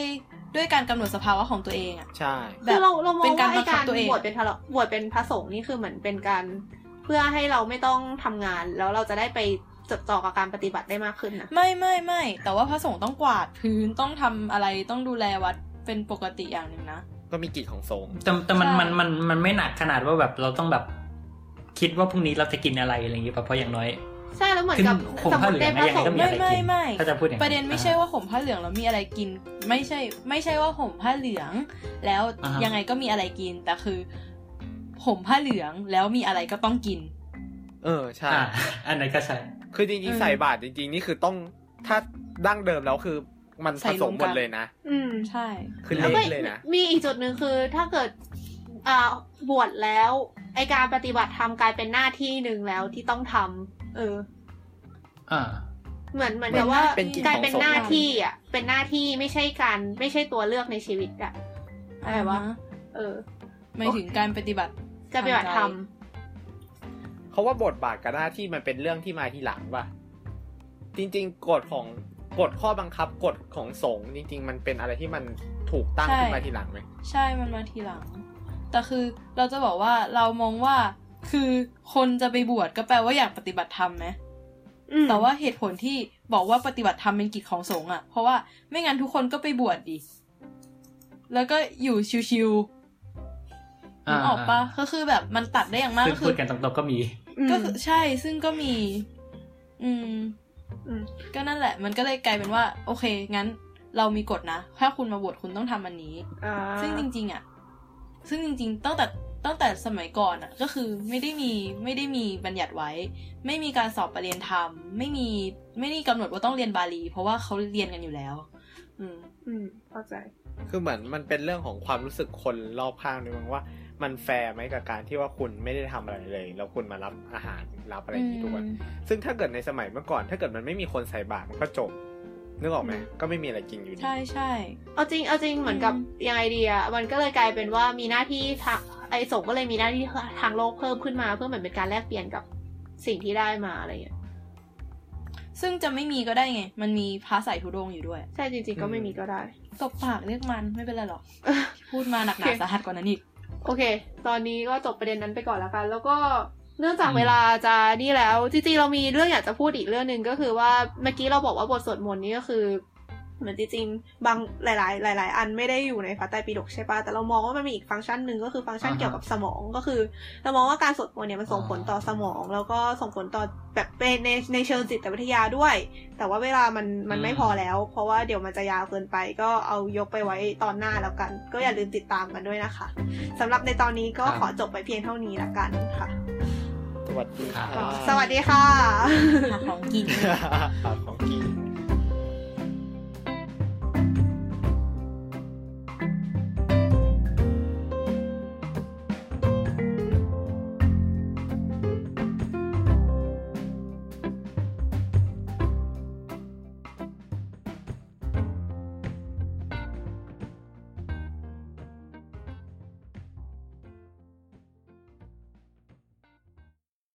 ด้วยการกำหนดสภาวะของตัวเองอ่ะ ใช่ แบบ คือเราเรามอ เป็ ง นกาบัว่าร ไอ้งคั กา บ ร ตัวเอง บวชเป็นพระบวชเป็นพระสงฆ์นี่คือเหมือนเป็นการ เพื่อให้เราไม่ต้องทำงาน แล้วเราจะได้ไปจดจ่อกับการปฏิบัติได้มากขึ้นนะ ไม่ไม่ไม่แต่ว่าพระสงฆ์ต้องกวาดพื้นต้องทำอะไรต้องดูแลวัดเป็นปกติอย่างหนึ่งนะ ก็มีกิจของสงฆ์ แต่แต่มัน ใช่ มันมันมันไม่หนักขนาดว่าแบบเราต้องแบบคิดว่าพรุ่งนี้เราจะกินอะไรอะไรอย่างงี้ป่ะเพราะอย่างน้อย ใช่แล้วเหมือนกับ ขึ้น สมมติ ห่ ได้พมผ้า ระ เหลื ส องฆ์งนะยังงก็ ไม่ อะไรไม่กินไม่ ถ้าจะพูดอย่างนั้น ประเด็นไม่ใช่ว่าห่มผ้าเหลืองแล้วมีอะไรกิน ไม่ใช่ ไม่ใช่ว่าห่มผ้าเหลือง แล้ว อ่าฮะ ยังไงก็มีอะไรกินแต่คือห่มผ้าเหลืองแล้วมีอะไรก็ต้องกิน เออใช่ อ่าอันนั้นก็ใช่ คือจริง อืม ๆใส่บาตรจริงๆนี่คือต้องถ้าดั้งเดิมแล้วคือมัน ใส่ ผส รว ม ม หม กั ด น เลยนะ อืม ใช่ คือ แล้ว เละเลยนะ มีอีกจุดหนึ่งคือถ้าเกิดอ่าบวชแล้วไอการปฏิบัติธรรมกลายเป็นหน้าที่หนึ่งแล้วที่ต้องทำเออ อ่า เหมือนเหมือนกับว่า เป็นกิจของ กลายเป็นหน้าที่อ่ะเป็นหน้าที่ไม่ใช่การไม่ใช่ตัวเลือกในชีวิตอ่ะอะไรวะ อ่าฮ เออ หมายถึงการปฏิบัติ การปฏิบัติธรรม เขาว่าบทบาทกับหน้าที่มันเป็นเรื่องที่มาทีหลังป่ะ จริงๆกฎของกฎข้อบังคับกฎของสงฆ์จริง ๆ มันเป็นอะไรที่มันถูกตั้ง ใช่ ขึ้นมาทีหลังไหม ใช่มันมาทีหลัง แต่คือเราจะบอกว่าเรามองว่าคือคนจะไปบวชก็แปลว่าอยากปฏิบัติธรรมไหม อืม แต่ว่าเหตุผลที่บอกว่าปฏิบัติธรรมเป็นกิจของสงฆ์อ่ะ เพราะว่าไม่งั้นทุกคนก็ไปบวชดิ แล้วก็อยู่ชิวๆนึ อ่าก ออกปะก็คือแบบมันตัดได้อย่างมาก ซึ่ง ก็ พู คือ ดกันตรงๆก็มี ม ก็คือใช่ ซึ่งก็มี อืม อืม ก็นั่นแหละ มันก็เลยกลายเป็นว่า โอเค งั้นเรามีกฎนะ ถ้าคุณมาบวชคุณต้องทำอันนี้ อ่า ซึ่งจริง ๆ อ่ะ ซึ่งจริง ๆ ตั้งแต่ตั้งแต่สมัยก่อนอ่ะ ก็คือไม่ได้มีไม่ได้มีบัญญัติไว้ ไม่มีการสอบประเรียนธรรม ไม่มีไม่ได้กำหนดว่าต้องเรียนบาลี เพราะว่าเขาเรียนกันอยู่แล้ว อืม อืมเข้าใจ คือเหมือนมันเป็นเรื่องของความรู้สึกคนรอบข้างด้วยมั้งว่า มันแฟร์ไหมกับการที่ว่าคุณไม่ได้ทำอะไรเลย แล้วคุณมารับอาหารรับอะไรอย่างนี้ทุกวัน ซึ่งถ้าเกิดในสมัยเมื่อก่อน ถ้าเกิดมันไม่มีคนใส่บาตรมันก็จบนึกออกไหม อืม ก็ไม่มีอะไรกินอยู่ดี ใช่ใช่ เอาจริงเอาจริงเหมือนกับ อื ยังไงดีอ่ะมันก็เลยกลายเป็นว่ามีหน้าที่ทางไอสงฆ์ก็เลยมีหน้าที่ทางโลกเพิ่มขึ้นมาเพื่อเหมือนเป็นการแลกเปลี่ยนกับสิ่งที่ได้มาอะไรอย่างเงี้ย ซึ่งจะไม่มีก็ได้ไง มันมีพระสายธุดงค์อยู่ด้วย ใช่จริงๆก็ไม่มีก็ได้ ตบปากเรียกมันไม่เป็นไร หรอก เออ พูดมาหนักหนา โอเค สาหัสกว่านั้นอีก โอเค ตอนนี้ก็จบประเด็นนั้นไปก่อนแล้วกัน แล้วก็เนื่องจากเวลาจะนี่แล้ว จริงๆ เรามีเรื่องอยากจะพูดอีกเรื่องหนึ่งก็คือว่าเมื่อกี้เราบอกว่าบทสวดมนต์นี้ก็คือเหมือนจริงๆ บางหลาย ๆ หลาย ๆ อันไม่ได้อยู่ในพระไตรปิฎกใช่ปะแต่เรามองว่ามันมีอีกฟังก์ชันหนึ่งก็คือฟังก์ชัน อ่าฮะ เกี่ยวกับสมองก็คือ เรามองว่าการสวดมนต์เนี่ยมันส่งผลต่อ อ่า สมอง แล้วก็ส่งผลต่อแบบเป็นในในเชิงจิตวิทยาด้วย แต่ว่าเวลามันมันไม่พอแล้ว เพราะว่าเดี๋ยวมันจะยาวเกินไป ก็เอายกไปไว้ตอนหน้าแล้วกัน ก็อย่าลืมติดตามกันด้วยนะคะสำหรับในตอนนี้ก็ ครับ ขอจบไปเพียงเท่านี้ละกันค่ะ สวัสดีค่ะ สวัสดีค่ะ หาของกิน ครับของกิน